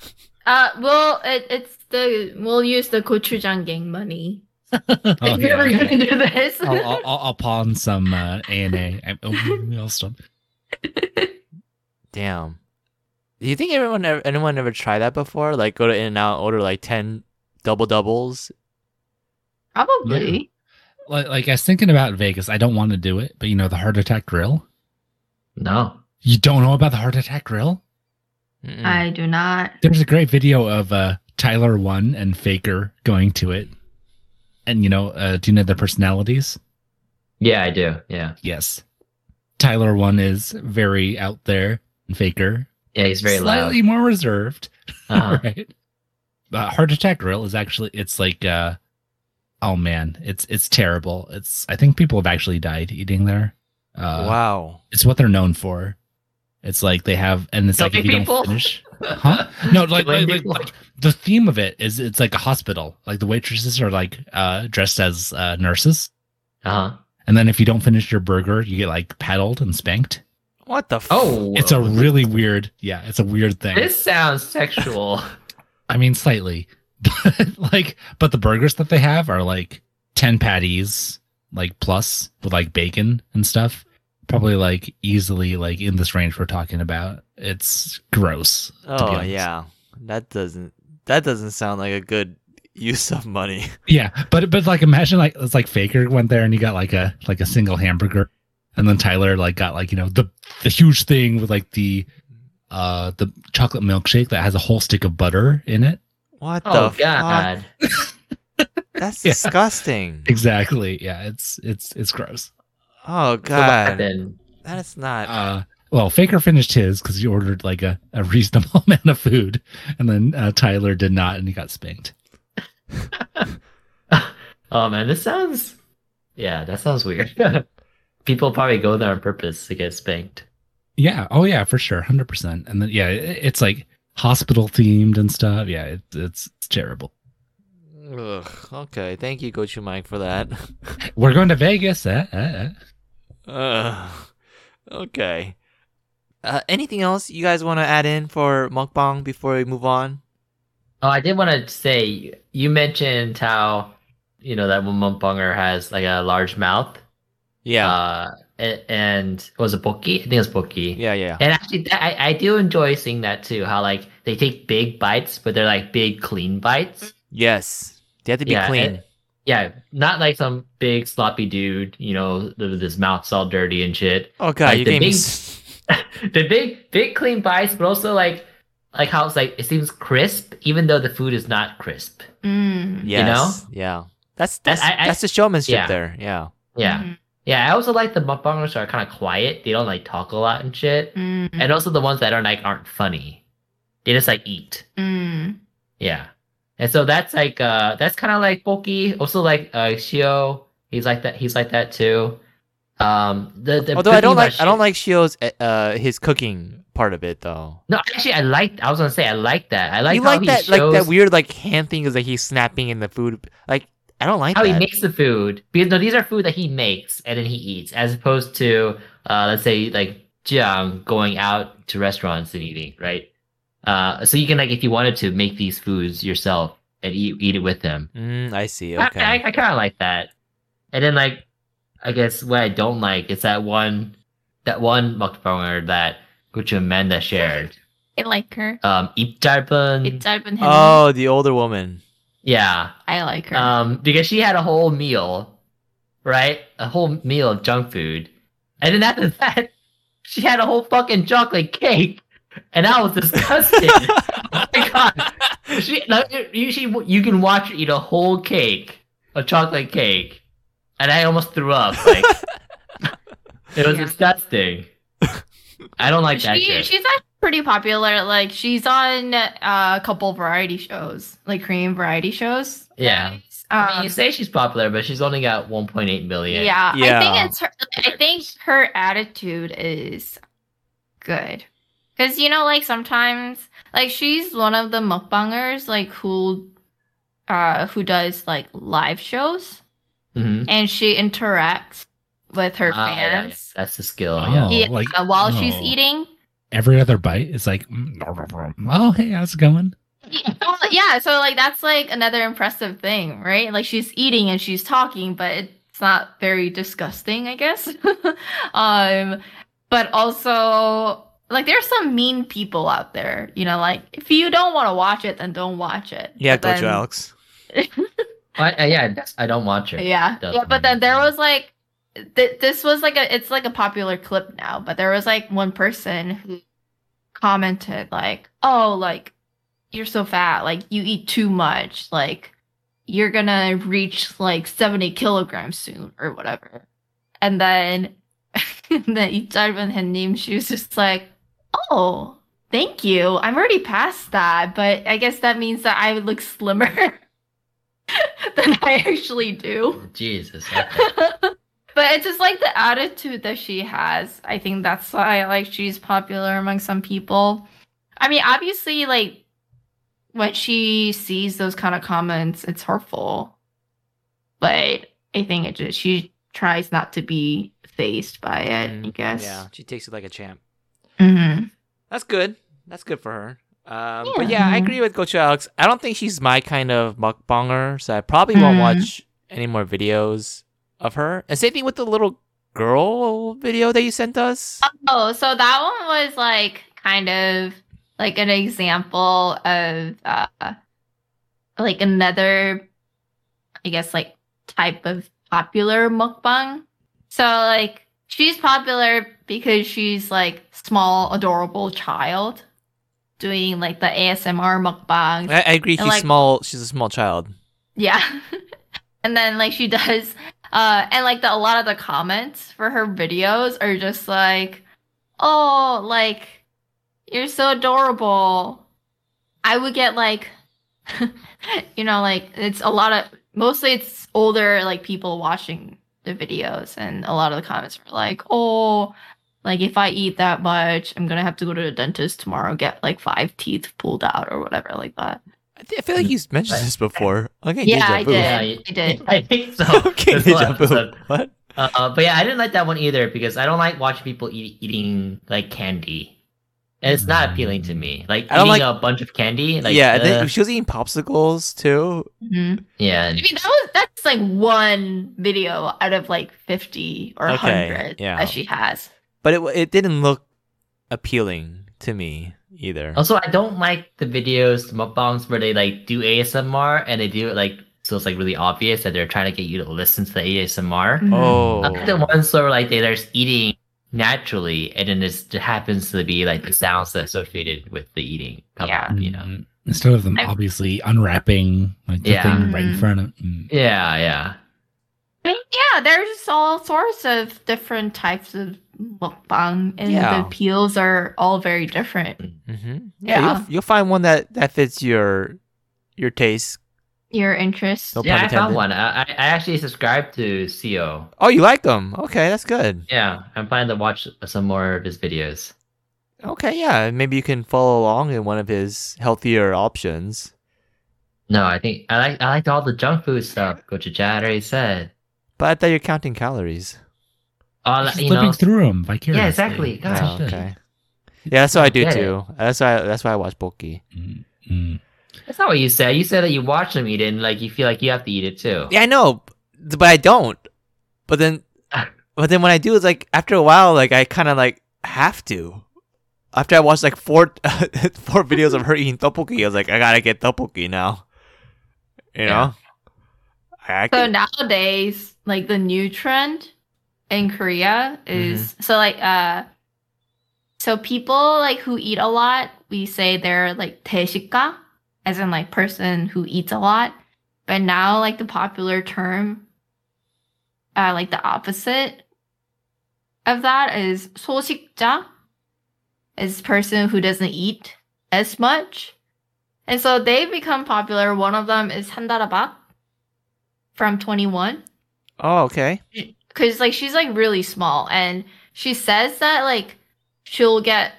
S1: uh, well, it, it's the we'll use the gochujang gang money.
S7: Oh,
S1: if
S7: yeah.
S1: we're gonna do this,
S7: I'll, I'll, I'll, I'll pawn some uh, A and A. oh, I'll stop.
S2: Damn. Do you think everyone ever, anyone ever tried that before? Like go to In and Out, order like ten double doubles.
S1: probably.
S7: Like, like I was thinking about Vegas. I don't want to do it, but you know, the heart attack grill.
S4: No.
S7: You don't know about the heart attack grill?
S2: Mm-mm.
S1: I do not.
S7: There's a great video of uh, Tyler One and Faker going to it, and you know, uh, do you know their personalities?
S4: Yeah, I do. Yeah.
S7: Yes. Tyler One is very out there and Faker
S4: Yeah, he's very
S7: slightly more reserved.
S4: loud. Uh-huh.
S7: right. Uh, Heart Attack Grill is actually it's like uh oh man, it's it's terrible. It's I think people have actually died eating there. Uh
S2: wow.
S7: it's what they're known for. It's like they have and it's like if
S1: Killing
S7: you
S1: people?
S7: don't finish. Huh? No, like,
S4: Killing
S7: like, like,
S4: people.
S7: like the theme of it is it's like a hospital. Like the waitresses are like uh dressed as uh nurses.
S4: Uh-huh.
S7: And then if you don't finish your burger, you get like paddled and spanked.
S2: What the? F-
S4: Oh,
S7: It's a really weird, yeah, it's a weird thing.
S4: This sounds sexual.
S7: I mean, slightly, but like, but the burgers that they have are like ten patties, like plus with like bacon and stuff. Probably like easily like in this range we're talking about. It's gross. to be
S2: Oh
S7: honest.
S2: yeah. That doesn't. That doesn't sound like a good use of money.
S7: yeah. But but like imagine like it's like Faker went there and you got like a like a single hamburger, and then Tyler like got like you know the the huge thing with like the uh the chocolate milkshake that has a whole stick of butter in it.
S2: What the
S4: Oh
S2: fuck?
S4: god.
S2: That's
S7: Yeah.
S2: disgusting.
S7: Exactly. Yeah, it's it's it's gross.
S2: Oh
S4: So what
S2: god,
S4: happened?
S2: that is not.
S7: Uh, well, Faker finished his because he ordered like a, a reasonable amount of food, and then uh, Tyler did not, and he got spanked.
S4: Oh man, this sounds. Yeah, that sounds weird. People probably go there on purpose to get spanked.
S7: Yeah. Oh yeah, for sure, hundred percent. And then yeah, it, it's like hospital themed and stuff. Yeah, it, it's terrible.
S2: Ugh, okay, thank you, Gochu Mike, for that.
S7: We're going to Vegas. Eh, eh, eh.
S2: Ugh. okay. Uh, anything else you guys want to add in for mukbang before we move on?
S4: Oh, I did want to say you mentioned how you know that one mumpunger has like a large mouth.
S2: Yeah,
S4: Uh, and, and was it Boki? I think it was Boki.
S2: yeah, yeah.
S4: And actually, that, I I do enjoy seeing that too. How like they take big bites, but they're like big clean bites.
S2: Mm-hmm. Yes, they have to be
S4: Yeah,
S2: clean.
S4: and- Yeah, not like some big sloppy dude, you know, with his mouth's all dirty and shit.
S2: oh god,
S4: like
S2: you
S4: the
S2: gave me.
S4: big-
S2: s-
S4: the big big clean bites, but also like like how it's like it seems crisp, even though the food is not crisp.
S1: Mm.
S2: Yes, yeah. That's that's
S4: I- I-
S2: that's the showmanship
S4: yeah.
S2: there. Yeah.
S4: Yeah.
S1: Mhm.
S4: Yeah, I also like the mukbangers are kind of quiet. They don't like talk a lot and shit.
S1: Mm.
S4: And also the ones that are like aren't funny. They just like eat.
S1: Mm.
S4: Yeah. And so that's like uh that's kind of like bulky. Also like uh Shio, he's like that. He's like that too. Um, the, the
S2: Although I
S4: cooking
S2: don't
S4: about
S2: like I don't
S4: shit-
S2: like Shio's uh, uh his cooking part of it though.
S4: No, actually, I like. I was gonna say I like that. I like
S2: you
S4: how
S2: like
S4: he
S2: that like that
S4: shows-
S2: weird like hand thing is like he's snapping in the food. Like I don't like
S4: how
S2: that.
S4: he makes the food because no, these are food that he makes and then he eats, as opposed to uh, let's say like Jiang going out to restaurants and eating, right? Uh, so you can like if you wanted to make these foods yourself and eat eat it with them.
S2: mm, I see.
S4: I-
S2: Okay.
S4: I, I kind of like that. And then like I guess what I don't like is that one that one mukbanger that Gucci Amanda shared.
S1: I like her.
S4: Um, Ipjarbun.
S1: It's I've been
S2: oh, the older woman.
S4: yeah.
S1: I like her.
S4: um, because she had a whole meal, right? A whole meal of junk food, and then after that, she had a whole fucking chocolate cake, and I was disgusted. oh my god! She, like, you, she, you can watch her eat a whole cake, a chocolate cake, and I almost threw up. Like it was
S1: Yeah.
S4: disgusting. I don't like that
S1: she,
S4: shit.
S1: she's actually pretty popular. Like she's on uh, a couple variety shows, like Korean variety shows.
S4: Yeah.
S1: Um,
S4: I mean, you say she's popular, but she's only got 1.8 million.
S1: yeah, I
S2: Yeah.
S1: think it's her. I think her attitude is good, because you know, like sometimes, like she's one of the mukbangers, like who, uh, who does like live shows,
S4: Mhm.
S1: and she interacts with her
S4: Ah, yeah, yeah.
S1: fans.
S4: That's the skill.
S7: Oh,
S4: yeah.
S1: Yeah,
S7: like,
S1: uh, while she's
S7: oh.
S1: eating,
S7: Every other bite is like, mm, nom, nom, nom. oh hey, how's it going?
S1: Well, yeah so like that's like another impressive thing right like she's eating and she's talking but it's not very disgusting i guess um but also like there's some mean people out there you know like if you don't want to watch it then don't watch it
S2: Yeah,
S1: But
S2: go to
S1: then-
S2: Alex.
S4: I, I, yeah, that's, I don't watch her.
S1: yeah
S4: Does
S1: yeah but then
S4: mean-
S1: there was like th- this was like a it's like a popular clip now but there was like one person who commented like oh like you're so fat like you eat too much like you're gonna reach like 70 kilograms soon or whatever and then the Ichiban had name she was just like oh thank you i'm already past that but i guess that means that i would look slimmer than i actually do
S4: Jesus. okay.
S1: but it's just like the attitude that she has. I think that's why like she's popular among some people. I mean, obviously, like when she sees those kind of comments, it's hurtful. But I think it just she tries not to be phased by it. I guess.
S2: Yeah, she takes it like a champ.
S1: hmm
S2: That's good. That's good for her. Um,
S1: Yeah.
S2: But yeah, I agree with Gochu Alex. I don't think she's my kind of mukbanger, so I probably won't
S1: Mm.
S2: watch any more videos of her. And same thing with the little girl video that you sent us.
S1: Oh, so that one was like kind of like an example of uh like another I guess like type of popular mukbang. So like She's popular because she's like small, adorable child doing like the ASMR mukbang.
S2: I, I agree. She's
S1: like-
S2: small. She's a small child.
S1: Yeah. and then like she does uh and like the, a lot of the comments for her videos are just like, "Oh, like you're so adorable." I would get like you know, like it's a lot of mostly it's older like people watching the videos and a lot of the comments were like, "Oh, like if I eat that much, I'm going to have to go to the dentist tomorrow get like five teeth pulled out or whatever like that."
S2: I, thi- I feel like you mentioned this before. Okay,
S1: Yeah, I
S2: deja vu.
S1: did.
S4: you-
S1: I did.
S4: I think so.
S2: okay,
S4: This
S2: deja
S4: one
S2: vu.
S4: episode.
S2: What?
S4: Uh, uh, but yeah, I didn't like that one either because I don't like watching people eat, eating like candy. And it's not appealing to me. Like
S2: I don't
S4: eating
S2: like-
S4: a bunch of candy. Like, uh,
S2: yeah, I
S4: ugh.
S2: think she was eating popsicles too.
S1: Mhm.
S4: yeah.
S1: I mean, that was that's like one video out of like fifty or
S2: Okay,
S1: hundred
S2: yeah.
S1: that she has.
S2: But it it didn't look appealing to me either.
S4: Also, I don't like the videos, the mukbangs where they like do ASMR and they do it like so it's like really obvious that they're trying to get you to listen to the ASMR.
S2: Oh,
S4: I like the ones where like they're just eating naturally and then it's, it happens to be like the sounds that are associated with the eating. come
S1: Yeah.
S4: up, you know.
S2: Mm-hmm.
S7: Mm, Instead of them
S1: I-
S7: obviously unwrapping like the
S4: Yeah.
S7: thing right in
S1: Mhm.
S7: front of. Mm.
S4: Yeah, yeah.
S1: I mean, yeah, there's just all sorts of different types of mukbang, and
S2: Yeah.
S1: the appeals are all very different.
S2: hmm yeah.
S1: Yeah.
S2: You'll, you'll find one that that fits your your taste.
S1: Your interest,
S2: No
S4: yeah,
S2: pun
S4: I found
S2: intended.
S4: one. I, I I actually subscribed to CO.
S2: Oh, you like them? Okay, that's good.
S4: Yeah, I'm planning to watch some more of his videos.
S2: Okay, yeah, maybe you can follow along in one of his healthier options.
S4: No, I think I like I liked all the junk food stuff. Go to Chad already said.
S2: But I thought you're counting calories.
S4: All
S7: Just
S4: you
S7: living
S4: know.
S7: through them vicariously.
S4: Yeah, exactly. Gosh.
S2: Oh, okay. Yeah, that's what I do
S4: Get it.
S2: too. That's why that's why I watch bulky.
S7: Mm, mm.
S4: That's not what you said. You said that you watch them eat it and like you feel like you have to eat it too.
S2: Yeah, I know, b- but I don't. But then, but then when I do, it's like after a while, like I kind of like have to. After I watched like four four videos of her eating tteokbokki, I was like, I gotta get tteokbokki now. You know. I
S1: So
S2: can-
S1: nowadays, like the new trend in Korea is so like uh so people like who eat a lot, we say they're like 대식가, as in like person who eats a lot. But now like the popular term uh like the opposite of that is 소식자 is person who doesn't eat as much. And so they've become popular. One of them is 한다라박 from 21
S2: oh, okay.
S1: because like she's like really small and she says that like she'll get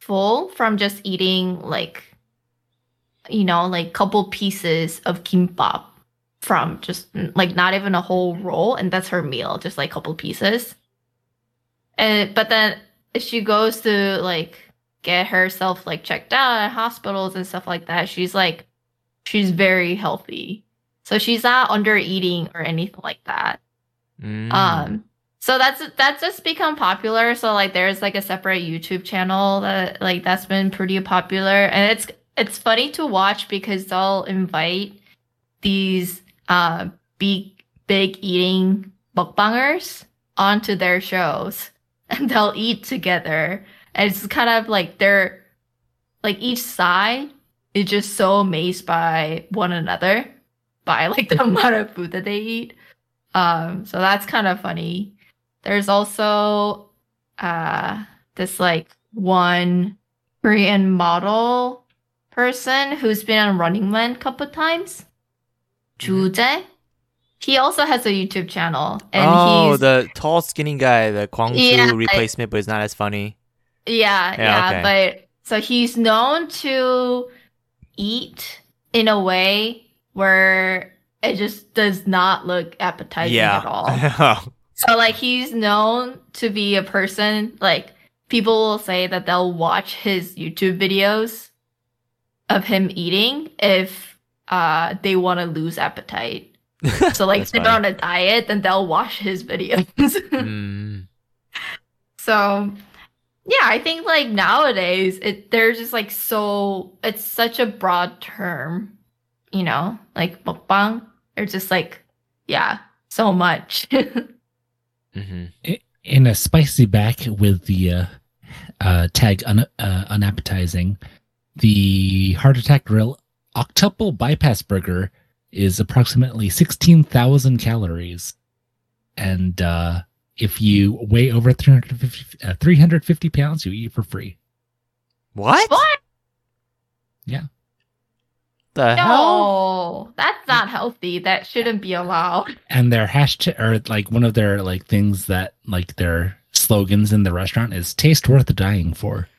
S1: full from just eating like you know like couple pieces of kimbap from just like not even a whole roll and that's her meal just like couple pieces and but then if she goes to like get herself like checked out at hospitals and stuff like that she's like she's very healthy so she's not under eating or anything like that
S2: Mm.
S1: um, so that's that's just become popular. So like, there's like a separate YouTube channel that like that's been pretty popular, and it's it's funny to watch because they'll invite these uh big big eating mukbangers onto their shows, and they'll eat together. And it's kind of like they're like each side is just so amazed by one another by like the amount of food that they eat. Um, so that's kind of funny. There's also uh this like one Korean model person who's been on Running Man a couple times.
S2: Mm-hmm.
S1: Ju Jae. He also has a YouTube channel and
S2: oh,
S1: he's
S2: the tall, skinny guy, the Kwang Chu
S1: Yeah, I-
S2: replacement, but he's not as funny.
S1: Yeah,
S2: Yeah,
S1: yeah, but so he's known to eat in a way where it just does not look appetizing
S2: yeah.
S1: at all. So like he's known to be a person like people will say that they'll watch his YouTube videos of him eating if uh they want to lose appetite. So like
S2: That's
S1: if they're on
S2: funny.
S1: a diet, then they'll watch his videos.
S2: Mm.
S1: So yeah, I think like nowadays it there's just like so it's such a broad term, you know, like mukbang. There's just like yeah, so much.
S2: Mhm.
S7: I- in a spicy back with the uh, uh, tag un- uh, unappetizing. The heart attack grill octuple bypass burger is approximately sixteen thousand calories, and uh, if you weigh over 350, uh, 350 pounds, you eat for free.
S2: What?
S1: What?
S2: The hell?
S1: No, that's not healthy. That shouldn't be allowed.
S7: and their hashtag or like one of their like things that like their slogans in the restaurant is taste worth dying for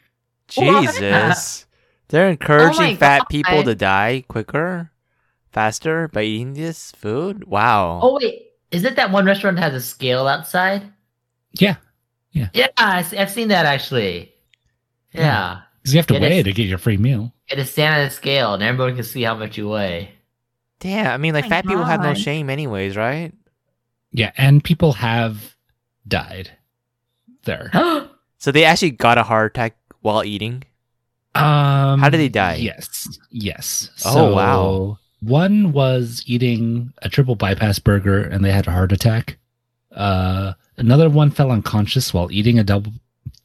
S2: Jesus. They're encouraging
S1: Oh my
S2: fat
S1: God.
S2: people to die quicker, faster by eating this food? Wow.
S4: Oh wait, is it that one restaurant that has a scale outside?
S7: yeah
S4: Yeah, I see- I've seen that actually.
S7: Yeah.
S4: Yeah,
S7: because you have to
S4: It
S7: weigh
S4: is-
S7: to get your free meal
S4: it is stand on a scale, and everyone can see how much you weigh.
S2: Damn. I mean, like,
S1: My
S2: fat people have no
S1: God.
S2: shame, anyways, right?
S7: yeah and people have died there
S2: So they actually got a heart attack while eating.
S7: um
S2: How did they die?
S7: yes yes
S2: Oh, wow.
S7: one was eating a triple bypass burger and they had a heart attack uh another one fell unconscious while eating a double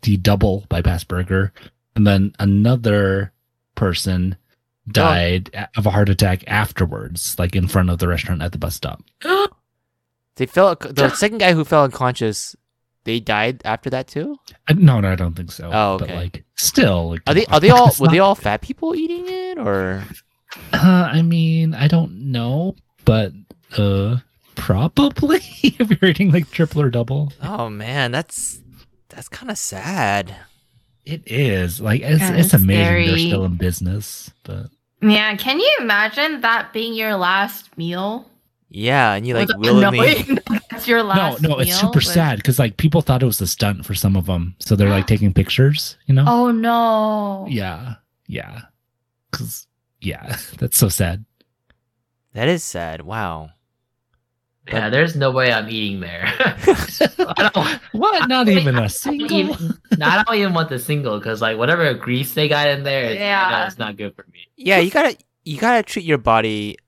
S7: the double bypass burger and then another person
S2: Oh.
S7: died a- of a heart attack afterwards like in front of the restaurant at the bus stop
S2: They fell. The second guy who fell unconscious, they died after that too.
S7: Uh, no no i don't think so
S2: Oh,
S7: but
S2: okay.
S7: like still like,
S2: Are
S7: come
S2: they?
S7: on.
S2: Are they all?
S7: It's
S2: Were they
S7: not-
S2: all fat people eating it, or
S7: uh, i mean i don't know but uh probably if you're eating like triple or double
S2: Oh man, that's that's kind of sad.
S7: it is like it's,
S1: Yeah,
S7: it's
S1: that's
S7: amazing they're
S1: scary.
S7: still in business but
S1: Yeah, can you imagine that being your last meal?
S2: Yeah, and you like
S1: With-
S2: willingly.
S1: knowing That's your
S7: no
S1: last
S7: no it's
S1: meal
S7: super
S1: with-
S7: sad because like people thought it was a stunt for some of them so they're like taking pictures you know
S1: Oh no.
S7: yeah yeah because yeah that's so sad
S2: That is sad. Wow.
S4: Yeah, there's no way I'm eating there. I don't.
S7: what not
S4: Wait,
S7: even
S4: I- I
S7: a
S4: don't
S7: single
S4: even, no, I don't even want the single because like whatever grease they got in there, yeah,
S1: Yeah.
S4: it's not good for me.
S2: Yeah, you gotta you gotta treat your body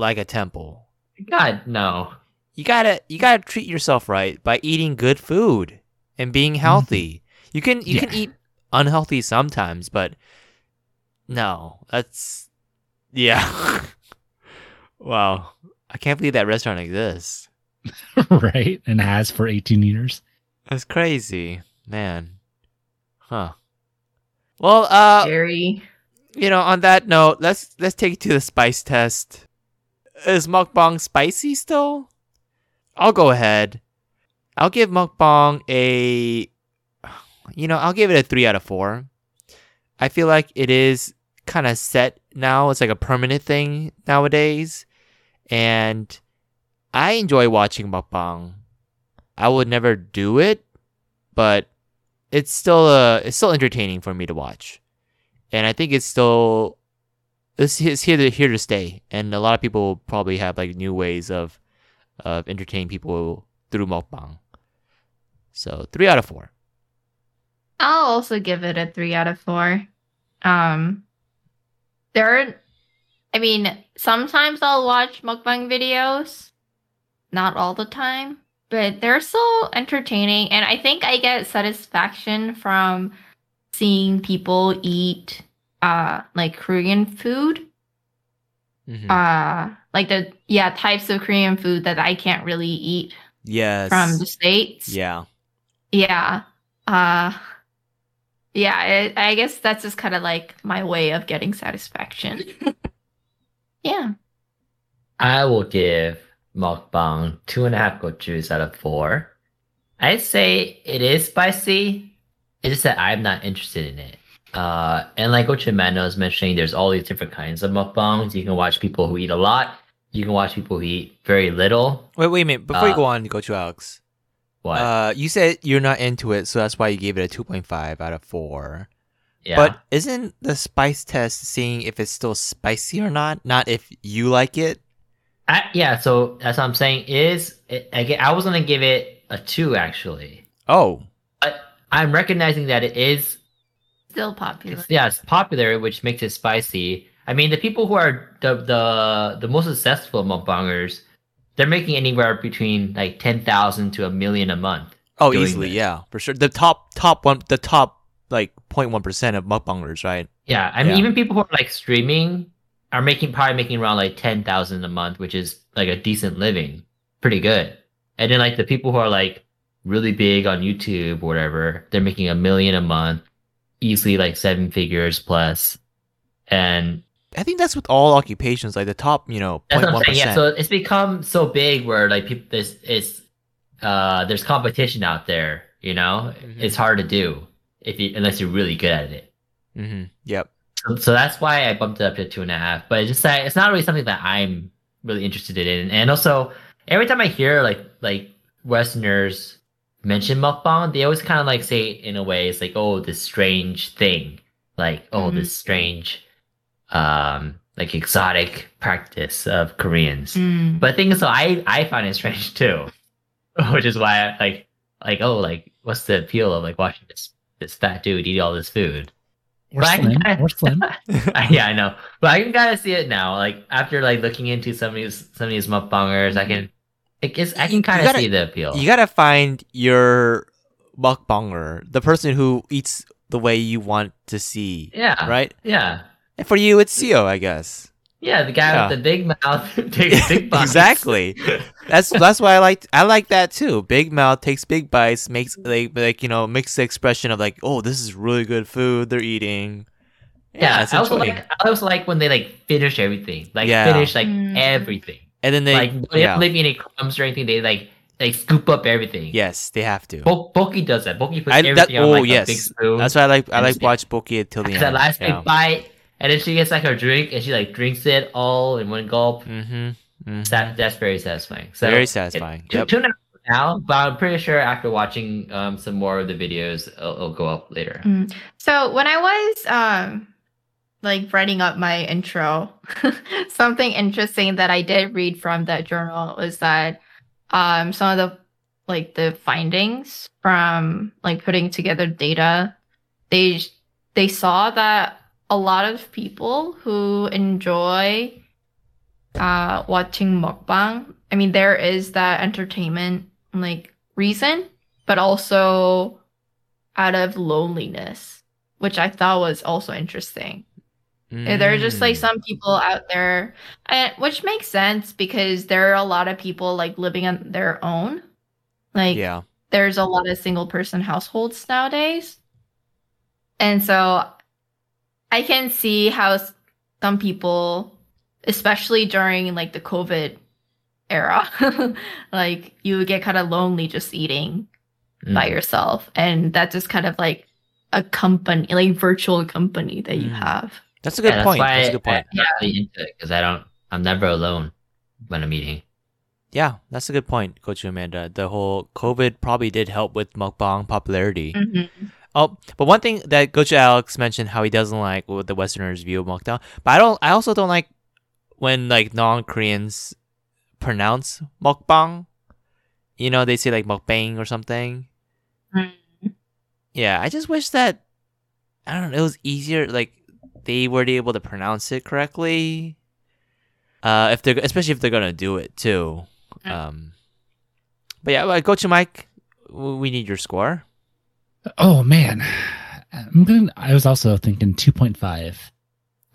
S2: like a temple.
S4: God no.
S2: You gotta you gotta treat yourself right by eating good food and being healthy. You can you can
S7: Yeah.
S2: eat unhealthy sometimes, but no, that's yeah. wow, I can't believe that restaurant exists.
S7: right and has for 18 years
S2: That's crazy, man. Huh. Well,
S1: Oh.
S2: uh,
S1: Scary.
S2: you know, on that note, let's let's take it to the spice test. Is mukbang spicy still? I'll go ahead. I'll give mukbang a, you know, I'll give it a three out of four. I feel like it is kind of set now. It's like a permanent thing nowadays, and I enjoy watching mukbang. I would never do it, but it's still uh, it's still entertaining for me to watch and I think it's still it's, it's here to here to stay. And a lot of people probably have like new ways of of entertaining people through mukbang. So three out of four.
S1: I'll also give it a three out of four. Um, there, are, I mean, sometimes I'll watch mukbang videos, not all the time, but they're so entertaining, and I think I get satisfaction from seeing people eat, uh, like Korean food,
S2: Mm-hmm.
S1: uh, like the yeah types of Korean food that I can't really eat
S2: yes.
S1: from the states.
S2: yeah.
S1: Yeah. Uh yeah, I I guess that's just kind of like my way of getting satisfaction. yeah.
S4: I will give mukbang two and a half gochus out of four. I'd say it is spicy. It's just that I'm not interested in it. Uh, and like Ochimano was mentioning, there's all these different kinds of mukbangs. You can watch people who eat a lot. You can watch people who eat very little.
S2: Wait, wait a minute. Before you
S4: Uh,
S2: go on, go to Alex.
S4: What?
S2: Uh, you said you're not into it, so that's why you gave it a two point five out of four.
S4: yeah.
S2: But isn't the spice test seeing if it's still spicy or not, not if you like it?
S4: I, yeah. So that's what I'm saying. Is it, I, I was gonna give it a two actually.
S2: Oh,
S4: But I'm recognizing that it is
S1: Still popular.
S4: It's, yeah, it's popular, which makes it spicy. I mean, the people who are the the, the most successful mukbangers, they're making anywhere between like ten thousand to a million a month.
S2: Oh,
S4: doing
S2: easily,
S4: that.
S2: yeah, for sure. The top, top one, the top like 0.1 percent of mukbangers, right?
S4: Yeah, I mean,
S2: Yeah.
S4: even people who are like streaming are making probably making around like ten thousand a month, which is like a decent living, pretty good. And then like the people who are like really big on YouTube or whatever, they're making a million a month, easily like seven figures plus. And
S2: I think that's with all occupations, like the top, you know,
S4: that's
S2: 0.1
S4: what I'm saying. Yeah, so
S2: percent.
S4: it's become so big where like people there's it's uh there's competition out there. You know,
S2: Mhm.
S4: it's hard to do if you unless you're really good at it.
S2: Mm-hmm. Yep.
S4: So- So that's why I bumped it up to two and a half. But it's just that it's not really something that I'm really interested in. And also, every time I hear like like Westerners mention mukbang, they always kind of like say it in a way it's like, oh, this strange thing, like oh, this strange, um, like exotic practice of Koreans.
S1: Mm.
S4: But the thing is, so I I find it strange too, which is why I like like oh like what's the appeal of like watching this this fat dude eat all this food.
S7: We're
S4: Right.
S7: slim. We're slim.
S4: I- yeah, I know. But I can kind of see it now. Like after like looking into some of these some of these mukbangers, I can it is I
S2: You
S4: can kind of
S2: gotta-
S4: see the appeal.
S2: You gotta find your mukbanger, the person who eats the way you want to see,
S4: yeah,
S2: right?
S4: yeah,
S2: And for you, it's Seo, I guess.
S4: yeah. The guy
S2: Yeah.
S4: with the big mouth, big, big box.
S2: Exactly. That's that's why I like I like that too. Big mouth takes big bites, makes like like you know makes the expression of like oh this is really good food they're eating.
S4: yeah,
S2: it's
S4: I also
S2: enjoying.
S4: like I also like when they like finish everything, like
S2: Yeah.
S4: finish like
S1: Mm.
S4: everything,
S2: and then they
S4: like they
S2: yeah.
S4: don't leave any crumbs or anything. They like they scoop up everything.
S2: yes they have to.
S4: Bo- Boki does that. Boki puts
S2: I- that-
S4: everything on
S2: oh,
S4: like
S2: yes.
S4: a big spoon.
S2: That's why I like I
S4: And
S2: like
S4: she-
S2: watch Boki until the
S4: It's
S2: end.
S4: that last
S2: yeah.
S4: big bite, and then she gets like her drink, and she like drinks it all in one gulp.
S2: Mm-hmm.
S4: That that's very satisfying. So
S2: Very satisfying. Yep.
S4: It, Tune out for now, but I'm pretty sure after watching um, some more of the videos, it'll, it'll go up later.
S1: Mm. So when I was um like writing up my intro, something interesting that I did read from that journal was that um some of the like the findings from like putting together data, they they saw that a lot of people who enjoy uh watching mukbang, I mean there is that entertainment like reason, but also out of loneliness, which I thought was also interesting. Eh, There are just like
S2: Mm.
S1: some people out there, and, which makes sense because there are a lot of people like living on their own. Like,
S2: yeah.
S1: there's a lot of single person households nowadays. And so I can see how s- some people, especially during like the COVID era, like you would get kind of lonely just eating by
S4: Mm.
S1: yourself and that's just kind of like a company like virtual company that you
S2: Mm.
S1: have
S2: That's a good
S4: Yeah,
S2: point.
S4: That's, why
S2: That's a good
S4: I,
S2: point.
S4: am not really into it because I don't. I'm never alone when I'm eating.
S2: yeah, that's a good point, Coach Amanda. The whole COVID probably did help with mukbang popularity. Oh, but one thing that Gocha Alex mentioned how he doesn't like what the Westerners view of mukbang, but I don't. I also don't like when like non-Koreans pronounce mukbang. You know, they say like mukbang or something.
S1: Mm.
S2: Yeah, I just wish that I don't know. It was easier. Like they were able to pronounce it correctly. Uh, if they're especially if they're gonna do it too.
S1: Mm.
S2: Um, but yeah, well, Gocha Mike, w- we need your score.
S7: Oh man, I'm gonna, I was also thinking 2.5.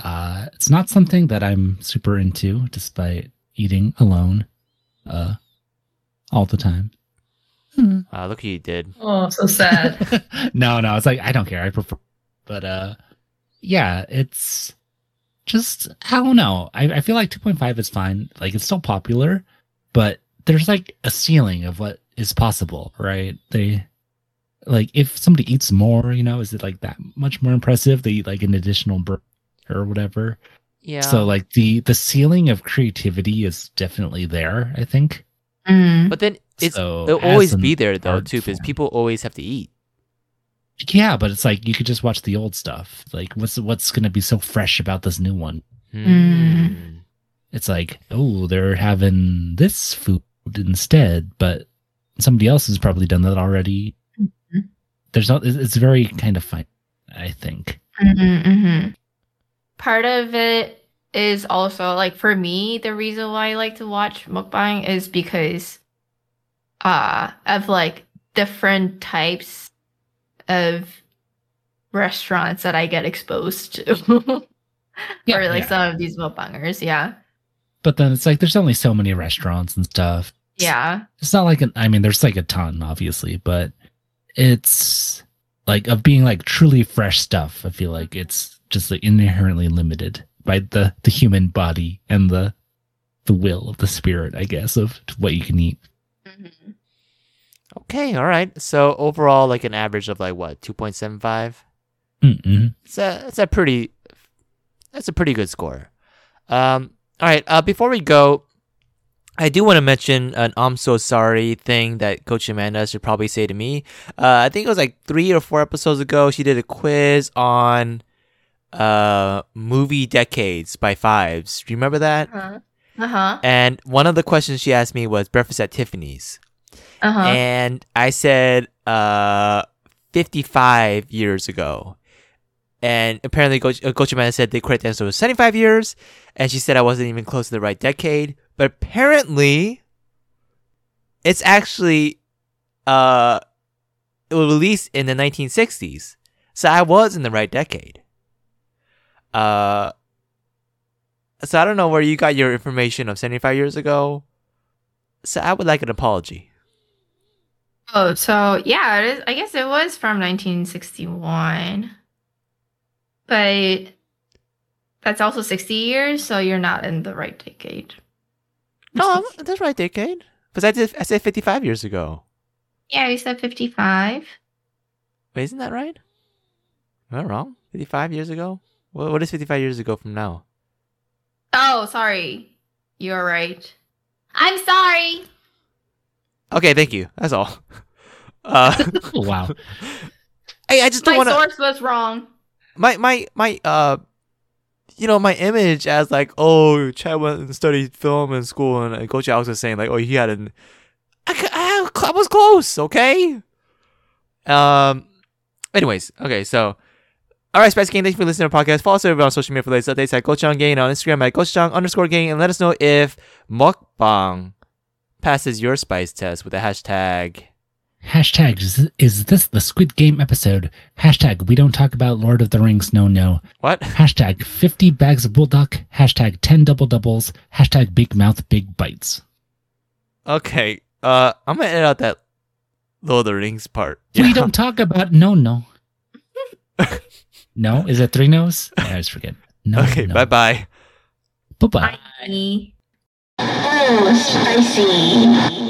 S7: Uh, it's not something that I'm super into, despite eating alone, uh, all the time.
S2: Uh, look who you did.
S4: Oh, so sad.
S7: no, no, it's like I don't care. I prefer, but uh, yeah, it's just I don't know. I, I feel like 2.5 is fine. Like it's still popular, but there's like a ceiling of what is possible, right? They like if somebody eats more, you know, is it like that much more impressive? They eat like an additional burger or whatever.
S2: Yeah.
S7: So like the the ceiling of creativity is definitely there. I think.
S1: Mm.
S2: But then it's
S7: So
S2: it'll
S7: as
S2: always
S7: an
S2: be there though
S7: art
S2: too, because
S7: form.
S2: people always have to eat.
S7: Yeah, but it's like you could just watch the old stuff. Like what's what's going to be so fresh about this new one?
S1: Mm.
S7: It's like, oh, they're having this food instead, but somebody else has probably done that already.
S1: Mhm.
S7: There's not it's- it's very kind of fine, I think.
S1: Mm-hmm. part of it is also like for me the reason why i like to watch mukbang is because uh of like different types of restaurants that I get exposed to.
S7: Yeah,
S1: or like
S7: yeah.
S1: some of these mukbangers, yeah.
S7: But then it's like there's only so many restaurants and stuff.
S1: Yeah.
S7: It's not like an I mean, there's like a ton, obviously, but it's like of being like truly fresh stuff, I feel like it's just like inherently limited by the the human body and the the will of the spirit, I guess, of what you can eat.
S1: Mhm.
S2: Okay, all right. So overall, like an average of like what two point seven five.
S7: Mm-mm.
S2: It's a that's a pretty that's a pretty good score. Um, all right. Uh, before we go, I do want to mention an "I'm so sorry" thing that Coach Amanda should probably say to me. Uh, I think it was like three or four episodes ago. She did a quiz on uh movie decades by fives. Do you remember that?
S1: Uh-huh. Uh-huh.
S2: And one of the questions she asked me was "Breakfast at Tiffany's."
S1: Uh-huh.
S2: and I said uh 55 years ago. And apparently Go- uh, Gochi Man said the correct answer was 75 years and she said I wasn't even close to the right decade, but apparently it's actually uh it was released in the 1960s. So I was in the right decade. Uh so I don't know where you got your information of 75 years ago. So I would like an apology.
S1: Oh, so yeah, it is, I guess it was from 1961. But that's also 60 years, so you're not in the right decade.
S2: No, Oh, I'm- that's right, decade. Because I did. I said fifty-five years ago.
S1: Yeah, you said 55.
S2: Wait, isn't that right? Am I wrong? Fifty-five years ago. What, what is fifty-five years ago from now?
S1: Oh, sorry. You're right. I'm sorry.
S2: Okay, thank you. That's all. Uh,
S7: Oh, wow.
S2: hey, I just
S1: My
S2: don't want to.
S1: source was wrong.
S2: My my my uh, you know, my image as like, oh, Chad went and studied film in school, and uh, Coach Alex was saying like, oh, he had an. I, c- I, I was close, okay. Um. Anyways, okay, so. All right, Spice Gang, thank you for listening to our podcast. Follow us over on social media for the latest updates at Gochang Gang and on Instagram at Gochang underscore gang. And let us know if mukbang passes your spice test with the hashtag.
S7: Hashtag is, is this the Squid Game episode? Hashtag we don't talk about Lord of the Rings, no no.
S2: What?
S7: Hashtag 50 bags of bulldog. Hashtag 10 double doubles. Hashtag big mouth, big bites.
S2: Okay, uh, I'm gonna edit out that Lord of the Rings part.
S7: We don't talk about no no. no? Is it three no's? I always forget. No.
S2: Okay,
S7: no.
S2: bye bye.
S7: Bye bye.
S1: Me.
S3: Mmm, spicy.